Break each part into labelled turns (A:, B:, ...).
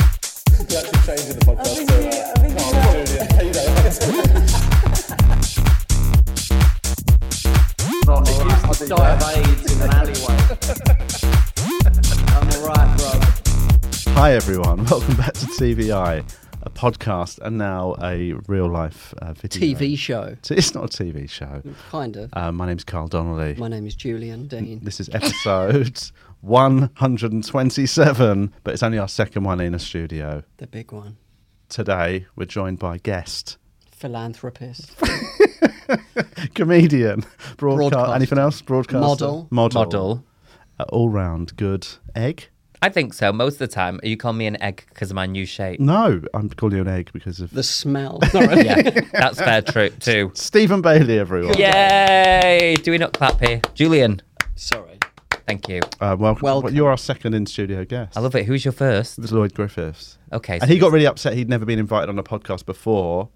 A: This is actually changing the podcast.
B: think
A: so,
B: you-
A: uh,
B: I think
A: no,
B: you
A: I'm not doing it. Hey, no,
C: Not accused to die of AIDS in an alleyway. I'm alright, bro.
D: Hi, everyone. Welcome back to TVI, a podcast and now a real life uh, video.
E: TV show,
D: T- It's not a TV show.
E: kind of.
D: Uh, my name's Carl Donnelly.
E: My name is Julian Dean.
D: This is episode 127, but it's only our second one in a studio.
E: The big one,
D: Today, we're joined by guest,
E: philanthropist,
D: comedian, broadcast,
E: Broadcaster.
D: anything else? Broadcaster,
E: Model.
D: model,
F: model.
D: Uh, all round good egg.
F: I think so. Most of the time, you call me an egg because of my new shape.
D: No, I'm calling you an egg because of
E: the smell.
F: yeah, that's fair tru- too.
D: Stephen Bailey. Everyone,
F: Yay! Do we not clap here? Julian,
E: Sorry.
F: thank you.
D: uh, welcome.
E: Welcome.
D: You're our second in studio guest.
F: I love it. Who's your first?
D: It was Lloyd Griffiths.
F: Okay.
D: And he got really upset. He'd never been invited on a podcast before.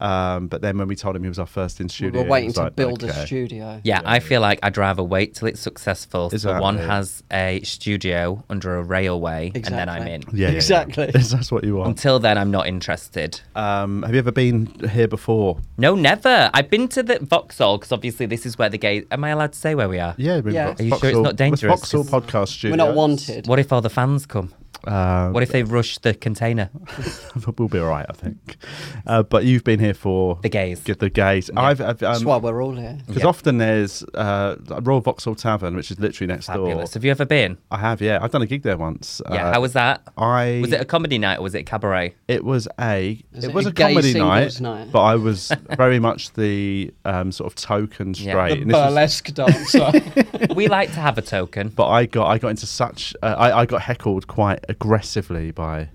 D: Um, but then when we told him he was our first in
E: We
D: studio,
E: were
D: he
E: waiting
D: was
E: to
D: like,
E: build
D: okay.
E: a studio.
F: yeah, I feel like I'd rather wait till it's successful. So one
D: Exactly.
F: has a studio under a railway, and then I'm in.
E: Exactly.
D: Yeah, yeah, yeah.
E: Exactly.
D: That's what you want.
F: Until then, I'm not interested.
D: Um, have you ever been here before?
F: No, never. I've been to the Vauxhall because obviously this is where the gay. Am I allowed to say where we are?
D: Yeah, we've
E: Yeah.
D: got
E: Are
F: you sure it's
D: Vauxhall-
F: not dangerous?
D: with Vauxhall podcast studio.
E: We're not wanted.
F: What if all the fans come?
D: Uh,
F: What if they rush the container?
D: we'll be all right, I think. Uh, but you've been here for
F: The gays.
D: Get the gays. I've, I've
E: That's
D: um,
E: why we're all here.
D: because
F: Yeah.
D: often there's uh, Royal Vauxhall Tavern, which is literally next
F: Fabulous.
D: door.
F: Have you ever been?
D: I have, yeah. I've done a gig there once.
F: Yeah,
D: Uh,
F: how was that?
D: I
F: Was it a comedy night or was it cabaret?
D: It was a
E: Is
D: it
E: it
D: was
E: a
D: a
E: gay
D: comedy night,
E: singles night?
D: but I was very much the um, sort of token straight.
F: Yeah.
D: and this Hmm. was-
E: dancer.
F: we like to have a token.
D: but I got I got into such uh, I, I got heckled quite aggressively by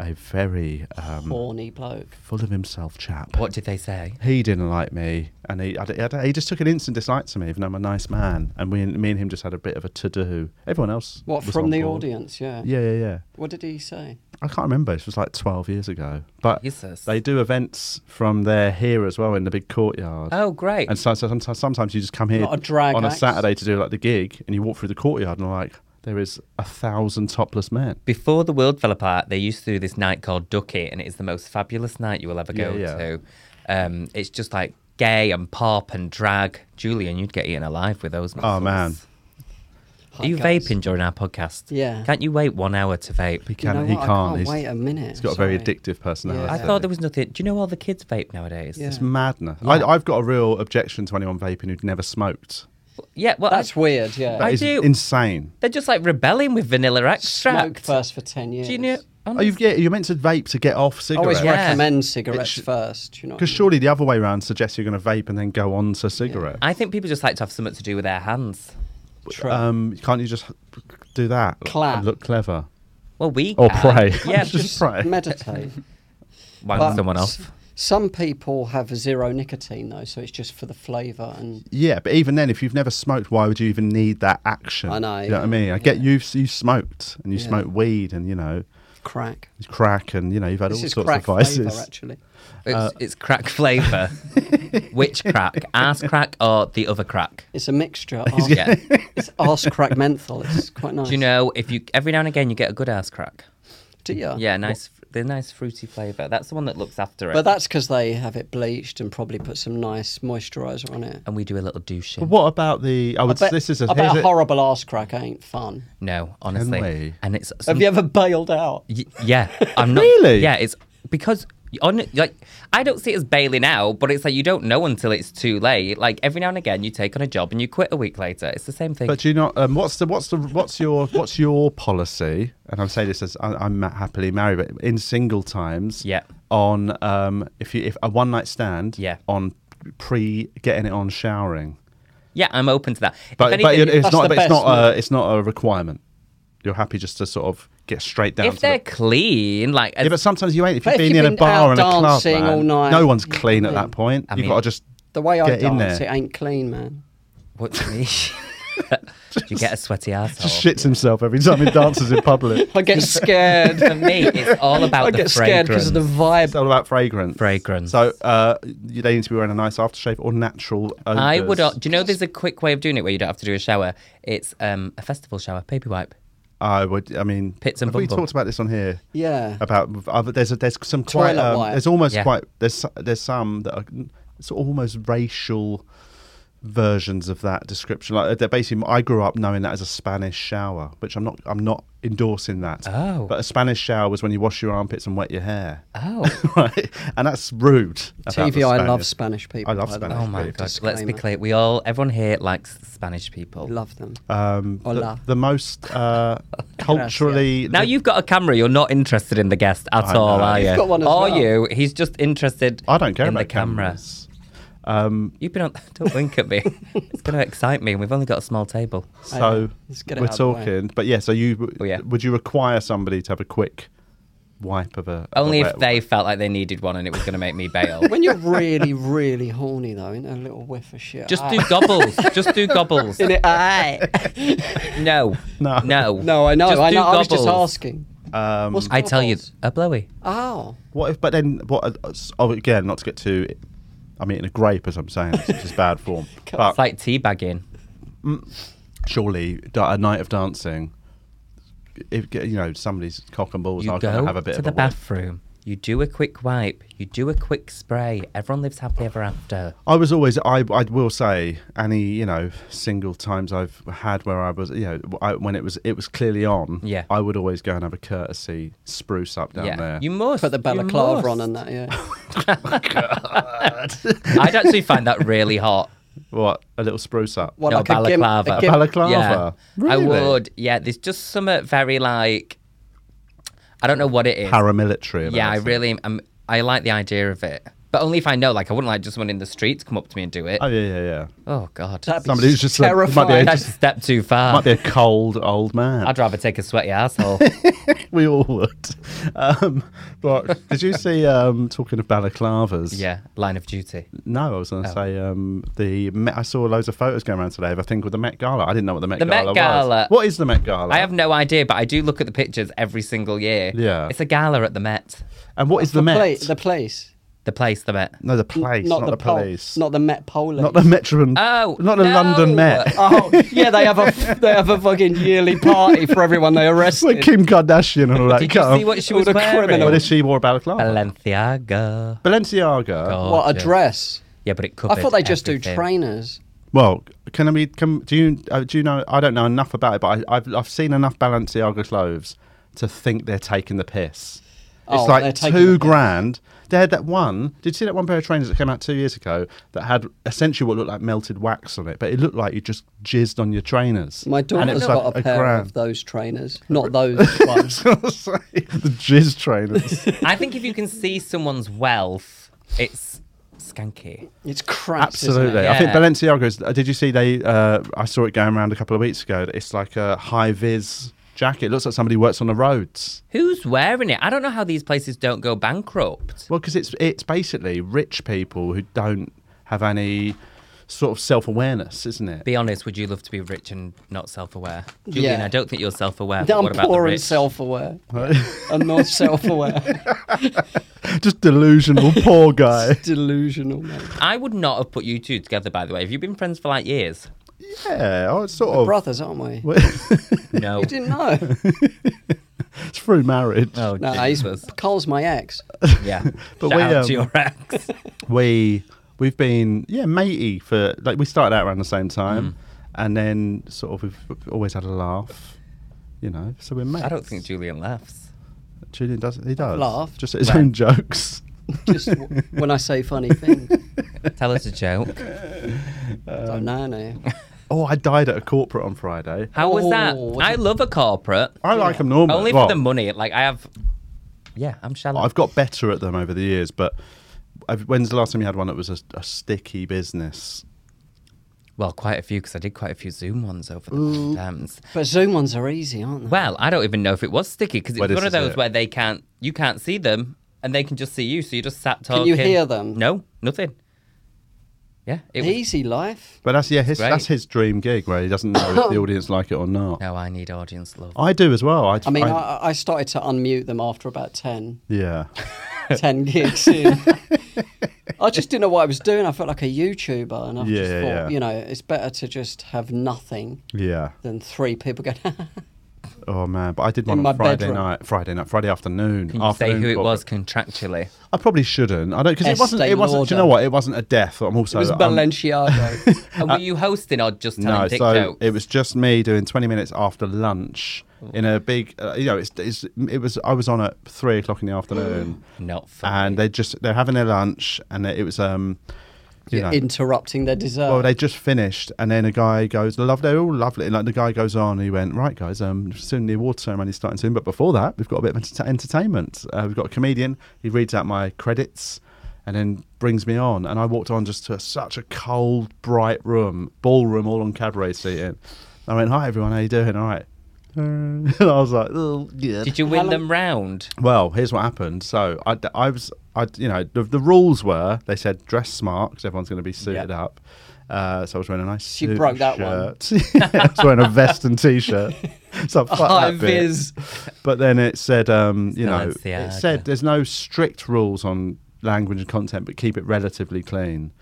D: a very um,
E: Horny bloke.
D: full of himself chap.
F: What did they say?
D: He didn't like me, and he I, I- he just took an instant dislike to me, even though I'm a nice man. And we me and him just had a bit of a to do. Everyone else,
E: What,
D: was
E: from
D: on
E: the
D: board.
E: audience? Yeah.
D: Yeah, yeah, yeah.
E: What did he say?
D: I can't remember. This was like 12 years ago, but
F: Jesus.
D: they do events from there here as well in the big courtyard.
F: Oh, great.
D: And so, so sometimes, sometimes you just come here
E: Not a drag
D: on a
E: act.
D: Saturday to do like the gig, and you walk through the courtyard and are like, there is a thousand topless men.
F: Before the world fell apart, they used to do this night called Ducky, and it is the most fabulous night you will ever go
D: Yeah, yeah.
F: to. Um, it's just like gay and pop and drag. Julian, you'd get eaten alive with those. Muscles.
D: Oh man,
E: Hi,
F: Are you
E: guys.
F: vaping during our podcast?
E: Yeah.
F: Can't you wait one hour to vape?
D: he
E: You
D: can,
E: know
D: he
E: what?
D: can't.
E: I can't
D: he's,
E: wait a minute.
D: he's got a very
E: Sorry.
D: addictive personality.
F: I thought there was nothing. Do you know all the kids vape nowadays?
E: Yeah.
D: It's madness. I, I've got a real objection to anyone vaping who'd never smoked.
F: Yeah, well,
E: That's
F: I-
E: weird, yeah.
D: That
F: I
D: is
F: do.
D: insane.
F: They're just like rebelling with vanilla
E: Smoked
F: extract.
E: first for 10 years.
F: Do you know?
D: Oh, you've, yeah, you're meant to vape to get off
E: I always
D: cigarettes.
F: Yeah.
E: recommend cigarettes
D: It's-
E: first. You know what I
D: Because
E: mean?
D: surely the other way around suggests you're going to vape and then go on to cigarette.
F: I think people just like to have something to do with their hands.
E: True.
D: Um, can't you just do that?
E: Clap.
D: And look clever.
F: Well, we
D: Or
F: can.
D: pray.
F: Yeah, just
D: Just right.
E: meditate.
F: wank
E: But
F: someone
E: s-
F: off.
E: Some people have zero nicotine though, so it's just for the flavour and
D: Yeah, but even then, if you've never smoked, why would you even need that action?
E: I know,
D: You know what I
E: yeah,
D: mean? I get
E: yeah.
D: you've you smoked and you
E: Yeah.
D: smoked weed and you know
E: crack.
D: crack and you know you've had
E: This
D: all
E: is
D: sorts
E: crack
D: of vices.
E: flavour actually.
F: It's, it's crack flavour. Which crack? Ass crack or the other crack?
E: It's a mixture. Arse, yeah. It's arse crack menthol. It's quite nice.
F: Do you know if you every now and again you get a good ass crack?
E: Do you?
F: Yeah, nice. The nice fruity flavour. That's the one that looks after it.
E: But that's because they have it bleached and probably put some nice moisturiser on it.
F: and we do a little douche.
D: But what about the? I would.
E: But
D: Oh, this is a,
E: I bet
D: here's
E: a
D: a-
E: horrible arse crack ain't fun.
F: No, honestly.
D: Can we?
F: And it's
E: Have you ever bailed out?
F: Y- yeah, I'm not.
D: Really?
F: Yeah, it's because on like I don't see it as bailing out, but it's like you don't know until it's too late. Like every now and again, you take on a job and you quit a week later. It's the same thing.
D: But do you not? Um, what's the what's the what's your what's your policy? And I'm saying this as I, I'm ma- happily married, but in single times,
F: Yeah.
D: On um, if you if a one night stand,
F: Yeah.
D: On pre getting it on showering,
F: yeah, I'm open to that. If
D: but
F: anything-
D: but it's
E: That's
D: not
E: the
D: but it's
E: best
D: not a, it's not a requirement. You're happy just to sort of get straight down.
F: if
D: to
F: they're
D: the-
F: clean, like as-
D: Yeah, but sometimes you ain't. If
E: But
D: you've
E: if
D: been
E: you've
D: in
E: been
D: a bar
E: out
D: and a club,
E: dancing
D: man,
E: all night,
D: no one's
E: you know
D: clean
E: what
D: at
E: I
D: that
E: mean?
D: point.
F: I
D: You've
F: mean-
D: got to just
E: The way I
D: get in
E: dance, it
D: there.
E: ain't clean, man.
F: what do you mean? you get a sweaty
D: Just
F: asshole.
D: shits himself every time he dances in public.
E: I get scared.
F: For me, it's all about
E: I
F: the
E: get
F: fragrance.
E: scared because of the vibe.
D: It's all about fragrance.
F: Fragrance.
D: So uh, you- they need to be wearing a nice aftershave or natural. Odors.
F: I would. Do you know there's a quick way of doing it where you don't have to do a shower? It's um, a festival shower, baby wipe.
D: I would. I mean,
F: Pits and
D: have we
F: Bumble.
D: talked about this on here?
E: Yeah.
D: About other, there's a, there's some quite
E: Toilet
D: um,
E: wire.
D: there's almost
F: Yeah.
D: quite there's there's some that are it's almost racial versions of that description. Like they're basically, I grew up knowing that as a Spanish shower, which I'm not I'm not endorsing that.
F: Oh.
D: but a Spanish shower was when you wash your armpits and wet your hair.
F: Oh.
D: right, and that's rude. about the
E: TV, I love
D: Spanish.
E: Spanish people.
D: I love
E: by the way.
D: Spanish
F: Oh my
D: Big
F: god. Let's be
E: disclaimer.
F: clear. We all, everyone here likes Spanish people.
E: Love them.
D: Um, the,
E: Hola.
D: the most uh, culturally
F: Now you've got a camera. You're not interested in the guest at
D: I
F: all,
D: know.
F: are you?
D: You've
E: got one as
F: are
E: well.
F: you? He's just interested.
D: I don't care
F: in
D: about
F: the camera.
D: cameras. Um,
F: You've been on. Don't wink at me. it's going to excite me. and We've only got a small table.
D: so
E: Let's get it
D: we're
E: out of the way.
D: talking, but yeah. So you
F: Oh, yeah.
D: would you require somebody to have a quick wipe of a of
F: Only
D: a
F: if
D: wet-
F: they felt like they needed one and it was going to make me bail.
E: When you're really, really horny, though, in a little whiff of shit.
F: Just
E: Ah.
F: do gobbles. Just do gobbles.
E: In it, aye.
F: No.
D: No.
F: No.
E: No, I know.
F: Just
E: I
F: do
E: know. I was just
F: gobbles.
E: asking.
D: Um,
E: What's
F: I tell you,
E: gobbles?
F: a blowy.
E: Oh,
D: what if? But then what? Oh, again, not to get too. I'm eating a grape as I'm saying, this, which is bad form.
F: It's
D: But
F: like teabagging.
D: surely da- a night of dancing. If you know somebody's cock and balls,
F: You
D: are going
F: go
D: to have a bit
F: to
D: of
F: the
D: a wipe.
F: bathroom. You do a quick wipe. You do a quick spray. Everyone lives happily ever after.
D: I was always I I will say any you know single times I've had where I was you know I, when it was it was clearly on
F: Yeah.
D: I would always go and have a courtesy spruce up down
F: yeah.
D: there
F: You must.
E: put the
F: You
E: balaclava
F: must.
E: on and that. Yeah.
F: I'd actually find that really hot.
D: what a little spruce up
E: What,
F: no,
E: like a gimp-
F: balaclava.
E: a
D: gimp- Balaclava?
F: Yeah. I
D: Really?
F: would. Yeah, there's just some uh, very like, I don't know what it is.
D: paramilitary
F: yeah,
D: about
F: I
D: it.
F: really, am, I like the idea of it. But only if I know, like, I wouldn't like just someone in the street to come up to me and do it.
D: oh yeah yeah yeah
F: oh, God.
E: That'd be
D: Somebody who's just like- might be
E: terrifying.
D: able
F: That's a step too far.
D: might be a cold old man
F: I'd rather take a sweaty asshole.
D: we all would um, but did you see um, talking of balaclavas
F: yeah, line of duty.
D: no I was going to
F: Oh.
D: say um, the Met, I saw loads of photos going around today of a thing called the Met Gala I didn't know what the Met
F: The Met
D: Gala
F: Gala.
D: was what is the Met Gala
F: I have no idea, but I do look at the pictures every single year.
D: Yeah.
F: It's a gala at the Met.
D: and what is the,
E: the,
D: Met
E: pla- the place.
F: The place, the Met.
D: No, the
E: N-
D: place, not,
E: not,
D: the,
E: the pol-
D: police.
E: Not the Met Police.
D: Not the Metro.
F: Oh,
D: not the
F: no.
D: London Met.
E: Oh yeah, they have a they have a fucking yearly party for everyone they arrested.
D: Like Kim Kardashian and all that.
F: Did
D: Come.
F: you see what she
E: All
F: was
E: the
F: wearing?
E: criminals.
D: What if she wore a balaclava?
F: Balenciaga.
D: Balenciaga.
F: God.
E: what a
F: Oh, yeah.
E: dress!
F: Yeah, but it could.
E: I thought they just do
F: everything.
E: trainers.
D: Well, can I be? Can do you? Uh, do you know? I don't know enough about it, but I, I've I've seen enough Balenciaga clothes to think they're taking the piss. It's
E: Oh, they're
D: like
E: taking the
D: two
E: piss.
D: grand. They had that one. Did you see that one pair of trainers that came out two years ago that had essentially what looked like melted wax on it, but it looked like you just jizzed on your trainers.
E: My
D: And it
E: daughter's
D: was
E: got
D: like
E: a pair
D: grand.
E: of those trainers, not those ones.
D: I was gonna say, the jizz trainers.
F: I think if you can see someone's wealth, it's skanky.
E: It's craps. isn't it?
D: Absolutely. I think
F: Yeah.
D: Balenciaga's. uh, Did you see they? Uh, I saw it going around a couple of weeks ago. It's like a high vis jacket. It looks like somebody works on the roads.
F: Who's wearing it? I don't know how these places don't go bankrupt.
D: Well, because it's it's basically rich people who don't have any sort of self awareness, isn't it?
F: Be honest, would you love to be rich and not self-aware? Julian,
E: Yeah.
F: I don't think you're self-aware. but
E: I'm
F: what about the
E: poor and
F: rich?
E: self-aware. I'm not self-aware.
D: Just delusional poor guy.
E: Delusional, mate.
F: I would not have put you two together, by the way. Have you been friends for like years?
D: Yeah, I was sort
F: Oh.
D: of
E: Brothers, aren't we?
F: No.
E: You didn't know.
D: it's through marriage.
F: Oh,
E: No, he's,
F: Jesus.
E: Cole's my ex.
F: Yeah.
D: But
F: Shout
D: we,
F: out
D: um,
F: to your ex.
D: we we've been yeah matey for like we started out around the same time,
F: Mm.
D: and then sort of we've always had a laugh, you know. So we're mates.
F: I don't think Julian laughs.
D: Julian does. He does
E: Laugh.
D: just at his
F: Right.
D: own jokes.
E: Just w- when I say funny things.
F: Tell us a joke.
E: oh,
F: Um.
E: no, no.
D: Oh, I died at a corporate on Friday.
F: How was that?
E: Oh,
F: I love a corporate.
D: I like them normally.
F: Only
D: Well,
F: for the money. Like, I have. Yeah, I'm shallow.
D: I've got better at them over the years, but I've, when's the last time you had one that was a, a sticky business?
F: Well, quite a few because I did quite a few Zoom ones over the terms.
E: But Zoom ones are easy, aren't they?
F: Well, I don't even know if it was sticky because it's
D: Well, this
F: one of
D: is
F: those
D: it.
F: where they can't, you can't see them and they can just see you. So you just sat talking.
E: Can you hear them?
F: No, nothing. Yeah, it was.
E: easy life.
D: But that's yeah, his,
F: Great.
D: that's his dream gig where he doesn't know if the audience like it or not.
F: No, I need audience love.
D: I do as well. I,
E: I mean, I, I started to unmute them after about 10,
D: yeah.
E: 10 gigs in. I just didn't know what I was doing. I felt like a YouTuber, and I
D: Yeah,
E: just
D: yeah,
E: thought,
D: yeah.
E: you know, it's better to just have nothing
D: Yeah.
E: than three people going.
D: Oh man, but I did one
E: In
D: on
E: my
D: Friday
E: bedroom.
D: night, Friday night, Friday afternoon.
F: Can you say
D: afternoon
F: who it
D: book.
F: was contractually?
D: I probably shouldn't. I don't because it
E: Estee
D: wasn't. It wasn't. Do you know
E: Lauder.
D: what? It wasn't a death. I'm also.
E: It was
D: I'm-
E: Balenciago.
F: And were you hosting or just telling
D: Uh, no,
F: dick
D: so
F: jokes?
D: it was just me doing 20 minutes after lunch in a big. Uh, you know, it's, it's it was. I was on at three o'clock in the afternoon,
F: Not Mm. funny.
D: and they just they're having their lunch, and it was um, you know,
E: interrupting their dessert.
D: Well, they just finished, and then a guy goes, "Love, they're all lovely." And, like the guy goes on, he went, "Right, guys, um, soon the award ceremony's starting soon, but before that, we've got a bit of enter- entertainment. Uh, we've got a comedian. He reads out my credits, and then brings me on. And I walked on just to such a cold, bright room, ballroom, all on cabaret seating. I went, "Hi, everyone, how you doing? All right." Uh, and I was like, "Oh, yeah."
F: Did you
E: How
F: win
E: long-
F: them round?
D: Well, here's what happened. So I, I was, I, you know, the, the rules were they said dress smart because everyone's going to be suited
E: Yeah.
D: up. Uh, so I was wearing a nice
E: She
D: suit
E: broke that one.
D: shirt. one. I was wearing a vest and t-shirt. So fuck
E: High
D: that bit.
E: vis.
D: But then it said, um, you know,
F: Balenciaga.
D: it said there's no strict rules on language and content, but keep it relatively clean.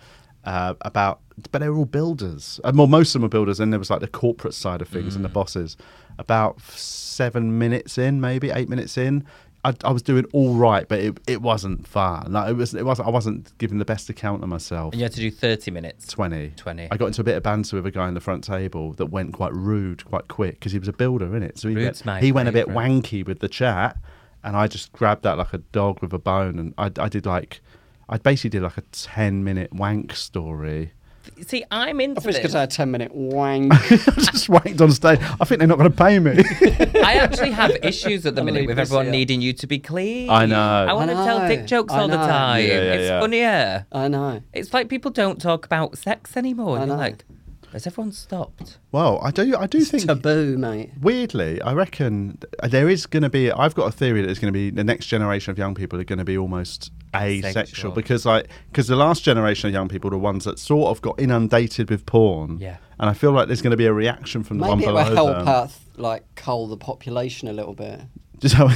D: Uh, about, but they were all builders. Uh, well, most of them were builders, and there was like the corporate side of things and the bosses. About seven minutes in, maybe eight minutes in, I, I was doing all right, but it, it wasn't fun. Like it was, it was. I wasn't giving the best account of myself.
F: And you had to do 30 minutes.
D: 20.
F: 20.
D: I got into a bit of banter with a guy in the front table that went quite rude quite quick because he was a builder, in it. So he,
F: Rude's my
D: went, he went a bit
F: favourite.
D: wanky with the chat, and I just grabbed that like a dog with a bone. And I, I did like, I basically did like a 10 minute wank story.
F: See, I'm
E: I
F: into
E: thought it was
F: this.
E: because I had 10 minute wang.
D: I just wanked on stage. I think they're not going to pay me.
F: I actually have issues at the
E: I'll
F: minute
E: leave
F: with
E: this
F: everyone
E: here.
F: needing you to be clean.
D: I know. I
F: I want to tell
E: know.
F: dick jokes
E: I
F: all the
E: know.
F: time.
D: Yeah, yeah,
F: it's
D: yeah.
F: funnier.
E: I know.
F: It's like people don't talk about sex anymore.
E: I
F: and You're
E: know.
F: like, has everyone stopped?
D: well, I do, I do think.
E: Taboo, mate.
D: Weirdly, I reckon th- there is going to be. I've got a theory that it's going to be the next generation of young people are going to be almost asexual,
F: Asexual.
D: because like because the last generation of young people are the ones that sort of got inundated with porn.
F: Yeah.
D: and I feel like there's going to be a reaction from the one
E: Maybe it
D: below
E: will help uh,
D: them.
E: out, like, cull the population a little bit.
D: Just how-
E: no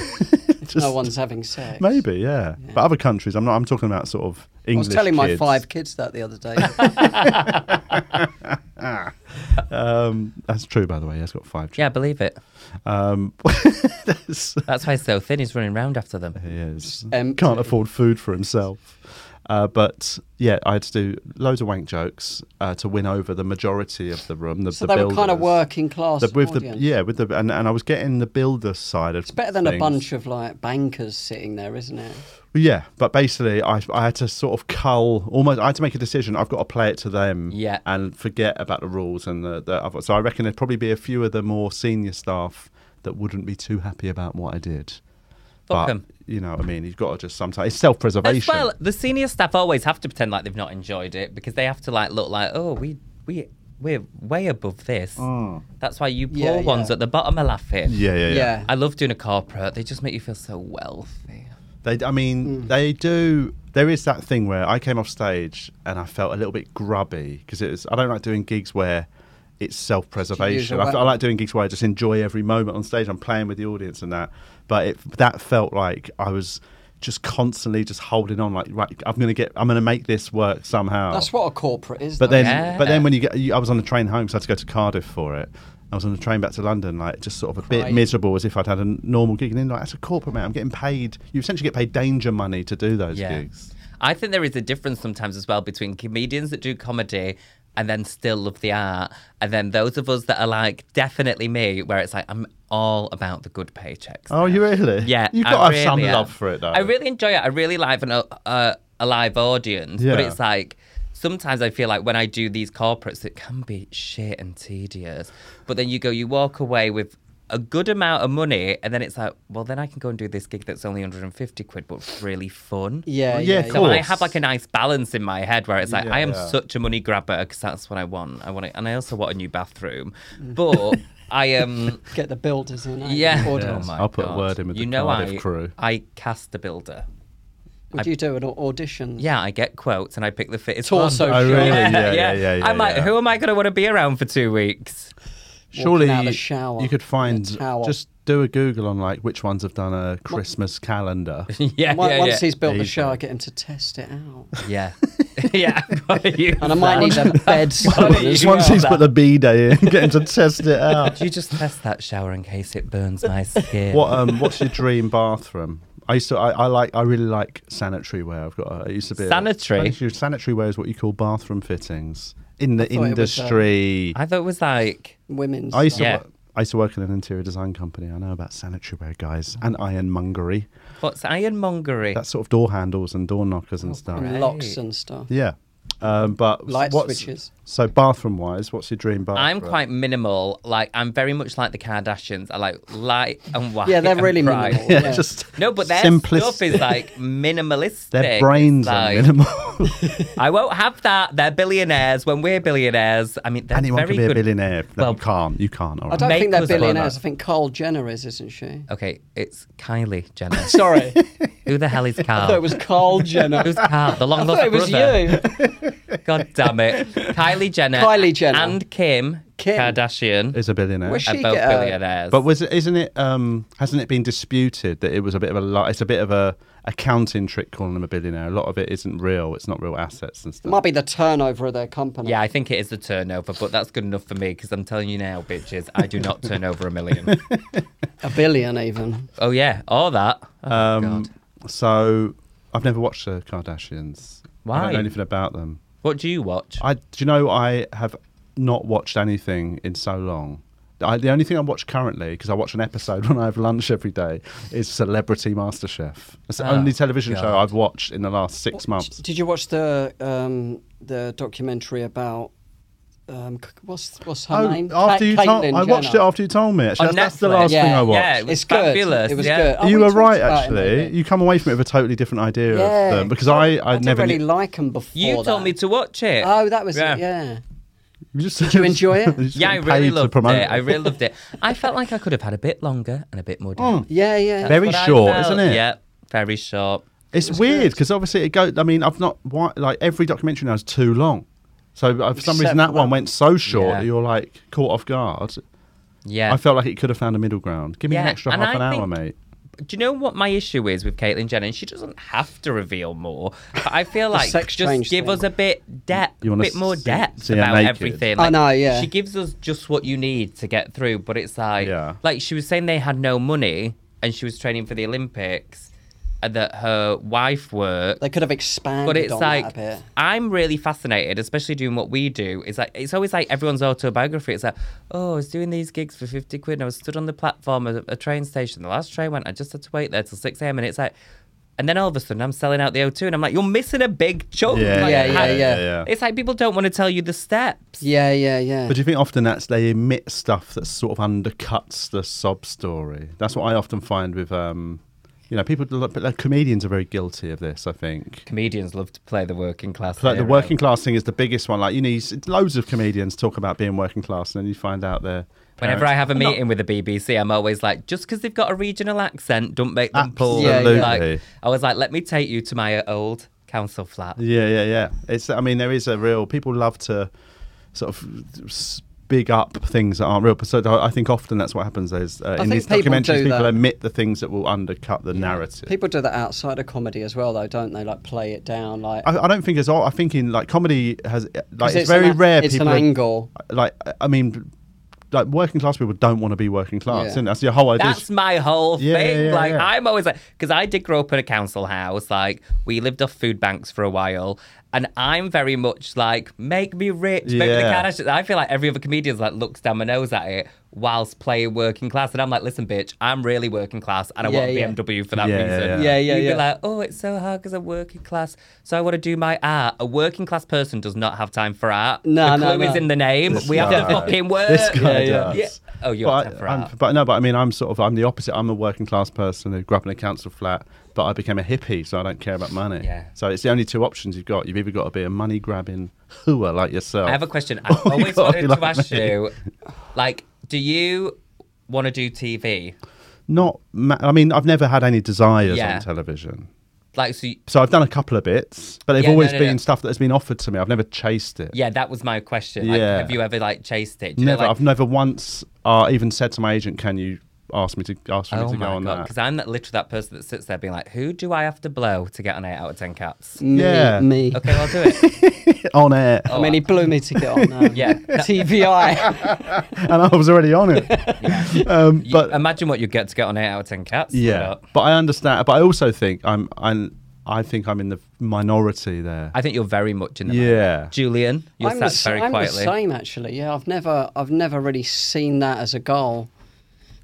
D: just-
E: one's having sex.
D: Maybe, yeah. But other countries, I'm not. I'm talking about sort of English.
E: I was telling my
D: kids.
E: five kids that the other day.
D: Um, that's true, by the way. He's got five.
F: Yeah, believe it.
D: Um, that's-
F: That's why he's so thin. He's running round after them.
D: He is.
E: empty.
D: Can't afford food for himself. Uh, but yeah, I had to do loads of wank jokes uh, to win over the majority of the room. The,
E: so
D: the
E: they were kind of
D: builders.
E: working class
D: The- with the
E: audience.
D: yeah, with the and, and I was getting the builder side of
E: It's better than a
D: things.
E: bunch of like bankers sitting there, isn't it?
D: Yeah, but basically, I I had to sort of cull almost. I had to make a decision. I've got to play it to them.
F: Yeah.
D: and forget about the rules and the, the other. So I reckon there'd probably be a few of the more senior staff that wouldn't be too happy about what I did.
F: Fuck
D: But,
F: 'em.
D: You know what I mean? You've got to just sometimes it's
F: As
D: self-preservation.
F: well, the senior staff always have to pretend like they've not enjoyed it because they have to like look like, oh, we we we're way above this. That's why you poor
E: Yeah,
F: ones
E: yeah.
F: at the bottom are laughing.
D: Mm. Yeah, yeah, yeah.
E: Yeah.
F: I love doing a corporate. They just make you feel so wealthy.
D: They, I mean, they do. There is that thing where I came off stage and I felt a little bit grubby because it was. I don't like doing gigs where it's
E: Use
D: self-preservation.
E: your
D: I, f- I
E: weapon.
D: like doing gigs where I just enjoy every moment on stage. I'm playing with the audience and that. But it, that felt like I was just constantly just holding on. Like, right, I'm gonna get. I'm gonna make this work somehow.
E: That's what a corporate is.
D: Oh. But
E: though.
D: then,
F: Yeah.
D: but then when you get, you, I was on the train home, so I had to go to Cardiff for it. I was on the train back to London, like just sort of a bit
E: Crying.
D: miserable, as if I'd had a n- normal gig. And then, like, that's a corporate man. I'm getting paid. You essentially get paid danger money to do those
F: Yeah.
D: gigs.
F: I think there is a difference sometimes as well between comedians that do comedy and then still love the art, and then those of us that are like definitely me, where it's like I'm all about the good paychecks.
D: Oh, you really?
F: Yeah,
D: You've
F: I
D: got to have
F: really
D: some
F: am.
D: love for it, though.
F: I really enjoy it. I really live an, uh, a live audience, but
D: Yeah.
F: it's like sometimes I feel like when I do these corporates, it can be shit and tedious. But then you go, you walk away with a good amount of money, and then it's like, well, then I can go and do this gig that's only 150 quid, but it's really fun.
E: yeah,
D: Well, Oh, yeah,
E: yeah,
D: of
E: yeah.
F: So I
D: course.
F: have like a nice balance in my head where it's like
D: Yeah,
F: I am
D: yeah.
F: such a money grabber because that's what I want. I want it, and I also want a new bathroom.
E: Mm.
F: But I am. Um,
E: Get the builders in. eh?
F: yeah. Oh
E: Audience.
D: Oh, my I'll put a word in with
F: you
D: the
F: know
D: Cardiff
F: I,
D: crew.
F: I cast a builder.
E: Would you do an au- audition?
F: Yeah, I get quotes and I pick the fittest
E: Torso
F: one.
E: Oh, shot. really?
D: Yeah, yeah, yeah, yeah,
F: I'm like,
D: yeah.
F: who am I going to want to be around for two weeks?
D: Surely
E: out of the shower
D: you could
E: in a
D: find
E: towel.
D: just do a Google on like which ones have done a Christmas calendar.
F: yeah,
E: Once
F: yeah, yeah.
E: he's built the
D: Easy.
E: show, I get him to test it out.
F: yeah. yeah, I've got to use
E: And I might
F: that.
E: need a bed
F: Well,
E: soon
F: you want
E: as well.
D: Once he's
F: that.
D: put the B day in, get him to test it out.
F: Do you just test that shower in case it burns my skin?
D: What um, what's your dream bathroom? I used to I, I like I really like sanitary wear. I've got a, it used to be
F: Sanitary?
D: Actually, sanitary wear is what you call bathroom fittings in the
E: thought it was, uh,
D: industry.
F: I thought it was like
E: Women's.
D: I used to
F: Yeah.
D: work, I used to work in an interior design company. I know about sanitary wear, guys, and ironmongery.
F: what's ironmongery?
D: That's sort of door handles and door knockers and stuff.
E: and locks and stuff.
D: Yeah, um, but
E: Oh, Light
D: what's-
E: switches.
D: So bathroom wise, what's your dream bathroom?
F: I'm quite minimal. Like I'm very much like the Kardashians. I like light and white.
E: Yeah, they're
F: and
E: really
F: bright.
E: minimal.
D: yeah,
E: yeah.
D: just
F: No, but their
D: simplistic.
F: stuff is like minimalistic.
D: their brains
F: It's
D: are
F: like,
D: minimal.
F: I won't have that. They're billionaires. When we're billionaires, I mean, they're
D: Anyone
F: very
D: can be a
F: good-
D: billionaire. No,
F: well-
D: you can't. You can't. All
E: I
D: right.
E: don't think they're
F: Make us a
E: billionaires.
F: product.
E: I think Carl Jenner is, isn't she?
F: Okay, it's Kylie Jenner.
E: Sorry, I
F: Who the hell is Carl?
E: thought it was Carl Jenner.
F: Who's Carl? The
E: I
F: long lost
E: thought it was
F: brother.
E: you.
F: God damn it. Kylie Jenner.
E: Kylie Jenner.
F: And Kim,
E: Kim.
F: Kardashian
D: Is a billionaire.
E: Was she-
F: are
E: She
F: both
E: get a-
F: billionaires.
D: But was it? Isn't it? Um, hasn't it been disputed that it was a bit of a? li- It's a bit of a accounting trick calling them a billionaire. A lot of it isn't real. It's not real assets and
E: It
D: stuff.
E: might be the turnover of their company.
F: yeah, I think it is the turnover, but that's good enough for me because I'm telling you now, bitches, I do not turn over a million.
E: a billion even.
F: oh, yeah, all that. Oh,
D: Um,
F: God.
D: so I've never watched the Kardashians. I
F: Why?
D: don't know anything about them.
F: What do you watch?
D: I do you know I have not watched anything in so long. I, the only thing I watch currently, because I watch an episode when I have lunch every day, is Celebrity MasterChef. It's the
F: Oh,
D: only television show
F: God.
D: I've watched in the last six months.
E: Did you watch the um, the documentary about um, c- what's what's her name?
D: Oh, after
E: Ka-
D: you told,
E: Caitlyn
D: I watched it
E: Jenner.
D: after you told me. Actually,
F: On
D: that's, that's the
F: Netflix?
D: last
E: Yeah.
D: thing I watched.
F: Yeah, it was
E: it's good.
F: fabulous,
E: It was
F: yeah.
E: good. Oh,
D: you
E: we
D: were
E: talked
D: right,
E: about it,
D: actually.
E: maybe.
D: You come away from it with a totally different idea
E: Yeah.
D: of them because I, I,
E: didn't
D: never
E: really
D: knew.
E: like them before.
F: you told
E: that.
F: me to watch it.
E: Oh, that was
F: Yeah.
E: it. Yeah.
D: just,
E: Did you enjoy it?
D: just
F: Yeah, I
D: getting
F: really
D: paid to
F: loved it.
D: promote
F: I really loved it. I felt like I could have had a bit longer and a bit more.
D: Mm.
F: Down.
E: Yeah, yeah.
D: Very
F: But I
D: short,
F: felt-
D: isn't it?
F: Yeah, very short.
D: It's weird because obviously it goes. I mean, I've not wa- like every documentary now is too long, so uh, for some
E: Except
D: reason
E: for
D: that one
E: that-
D: went so short
F: Yeah.
D: that you're like caught off guard.
F: Yeah.
D: I felt like it could have found a middle ground. Give me an
F: Yeah,
D: extra
F: and
D: half
F: I
D: an hour,
F: think-
D: mate.
F: Do you know what my issue is with Caitlyn Jenner? And she doesn't have to reveal more. But I feel like
E: sex
F: just
E: change
F: give
E: thing.
F: us a bit depth,
D: You
F: a
D: wanna
F: bit more
D: see-
F: depth
D: see her
F: about
D: naked.
F: everything.
E: I know, yeah.
F: She gives us just what you need to get through. But it's like,
D: Yeah.
F: like she was saying they had no money and she was training for the Olympics, and that her wife worked.
E: They could have expanded
F: But it's
E: on
F: like
E: that a bit.
F: I'm really fascinated, especially doing what we do. It's like it's always like everyone's autobiography. It's like, oh, I was doing these gigs for fifty quid, and I was stood on the platform at a train station. The last train went. I just had to wait there till six a.m. And it's like, and then all of a sudden I'm selling out the O2, and I'm like, you're missing a big chunk.
D: Yeah,
F: Oh, Like,
E: yeah, yeah,
F: how-
E: yeah.
F: It's like people don't want to tell you the steps.
E: Yeah, yeah, yeah.
D: But do you think often that's they emit stuff that sort of undercuts the sob story? That's what I often find with, um, you know, people. But like, comedians are very guilty of this. I think.
F: Comedians love to play the working class.
D: Like the
F: hero.
D: working class thing is the biggest one. Like you know, you see loads of comedians talk about being working class, and then you find out they're.
F: Whenever
D: parents-
F: I have a meeting with the BBC, I'm always like, just because they've got a regional accent, don't make them poor.
D: Absolutely.
F: Like, I was like, let me take you to my old council flat.
D: Yeah, yeah, yeah. It's. I mean, there is a real. People love to sort of s- big up things that aren't real. So I I think often that's what happens. Is uh, in
E: think
D: these
E: people
D: documentaries,
E: do
D: people
E: that.
D: admit the things that will undercut the narrative.
E: People do that outside of comedy as well, though, don't they? Like play it down, like
D: I, I don't think it's all. I think in like comedy has uh, like
E: 'Cause
D: it's, very
E: an,
D: rare.
E: It's
D: people
E: an
D: are-
E: angle.
D: Like I mean, like working class people don't want to be working class,
E: Yeah.
D: and that's the whole idea.
F: That's my whole
D: Yeah,
F: thing.
D: yeah,
F: like
D: yeah.
F: I'm always like, because I did grow up in a council house. Like we lived off food banks for a while, and I'm very much like, make me rich, make me the
D: Yeah.
F: Kardashians. I feel like every other comedian's like looks down my nose at it whilst playing working class, and I'm like, listen, bitch, I'm really working class, and I
E: Yeah,
F: want a
E: yeah.
F: BMW for that
D: Yeah,
F: reason.
D: yeah,
E: yeah. Yeah, yeah,
F: You'd
E: yeah.
F: be like, oh, it's so hard because I'm working class, so I want to do my art. A working class person does not have time for art.
E: No,
F: the
E: no,
F: clue
E: no.
F: is in the name.
D: This
F: we have
D: guy.
F: to fucking work.
D: This guy does.
F: Oh, you have
D: but,
F: time for
D: I- I'm-
F: art.
D: but no, but I mean, I'm sort of I'm the opposite. I'm a working class person who grew up in a council flat, but I became a hippie, so I don't care about money.
F: Yeah.
D: So it's the only two options you've got. You've either got to be a money grabbing hooer like yourself.
F: I have a question. I
D: Oh,
F: always
D: God,
F: wanted
D: like
F: to ask
D: me.
F: you, like, do you want to do TV?
D: Not. Ma- I mean, I've never had any desires
F: Yeah.
D: on television.
F: Like, so, you-
D: So I've done a couple of bits, but they've
F: Yeah, no,
D: always
F: no,
D: been
F: no.
D: stuff that has been offered to me. I've never chased it.
F: yeah, that was my question. Like,
D: Yeah.
F: have you ever like chased it? Do you know,
D: Never.
F: like-
D: I've never once uh, even said to my agent, "Can you asked me to ask for me
F: Oh
D: to go
F: my
D: on
F: god!
D: that.
F: Because I'm that literally that person that sits there being like, "Who do I have to blow to get an eight out of ten cats?"
E: Me,
D: Yeah.
E: me.
F: Okay, well, I'll do it.
D: on air,
F: Oh.
E: I mean, he blew me to get on. Um,
F: Yeah.
E: TVI.
D: and I was already on it. um,
F: You-
D: but
F: imagine what you get to get on eight out of ten cats.
D: yeah,
F: But
D: but I understand. But I also think I'm I'm I think I'm in the minority there.
F: I think you're very much in the
D: Yeah.
F: Julian, you're
E: I'm, the,
F: sat
E: s-
F: very
E: I'm the
F: quietly.
E: same actually. Yeah, I've never, I've never really seen that as a goal.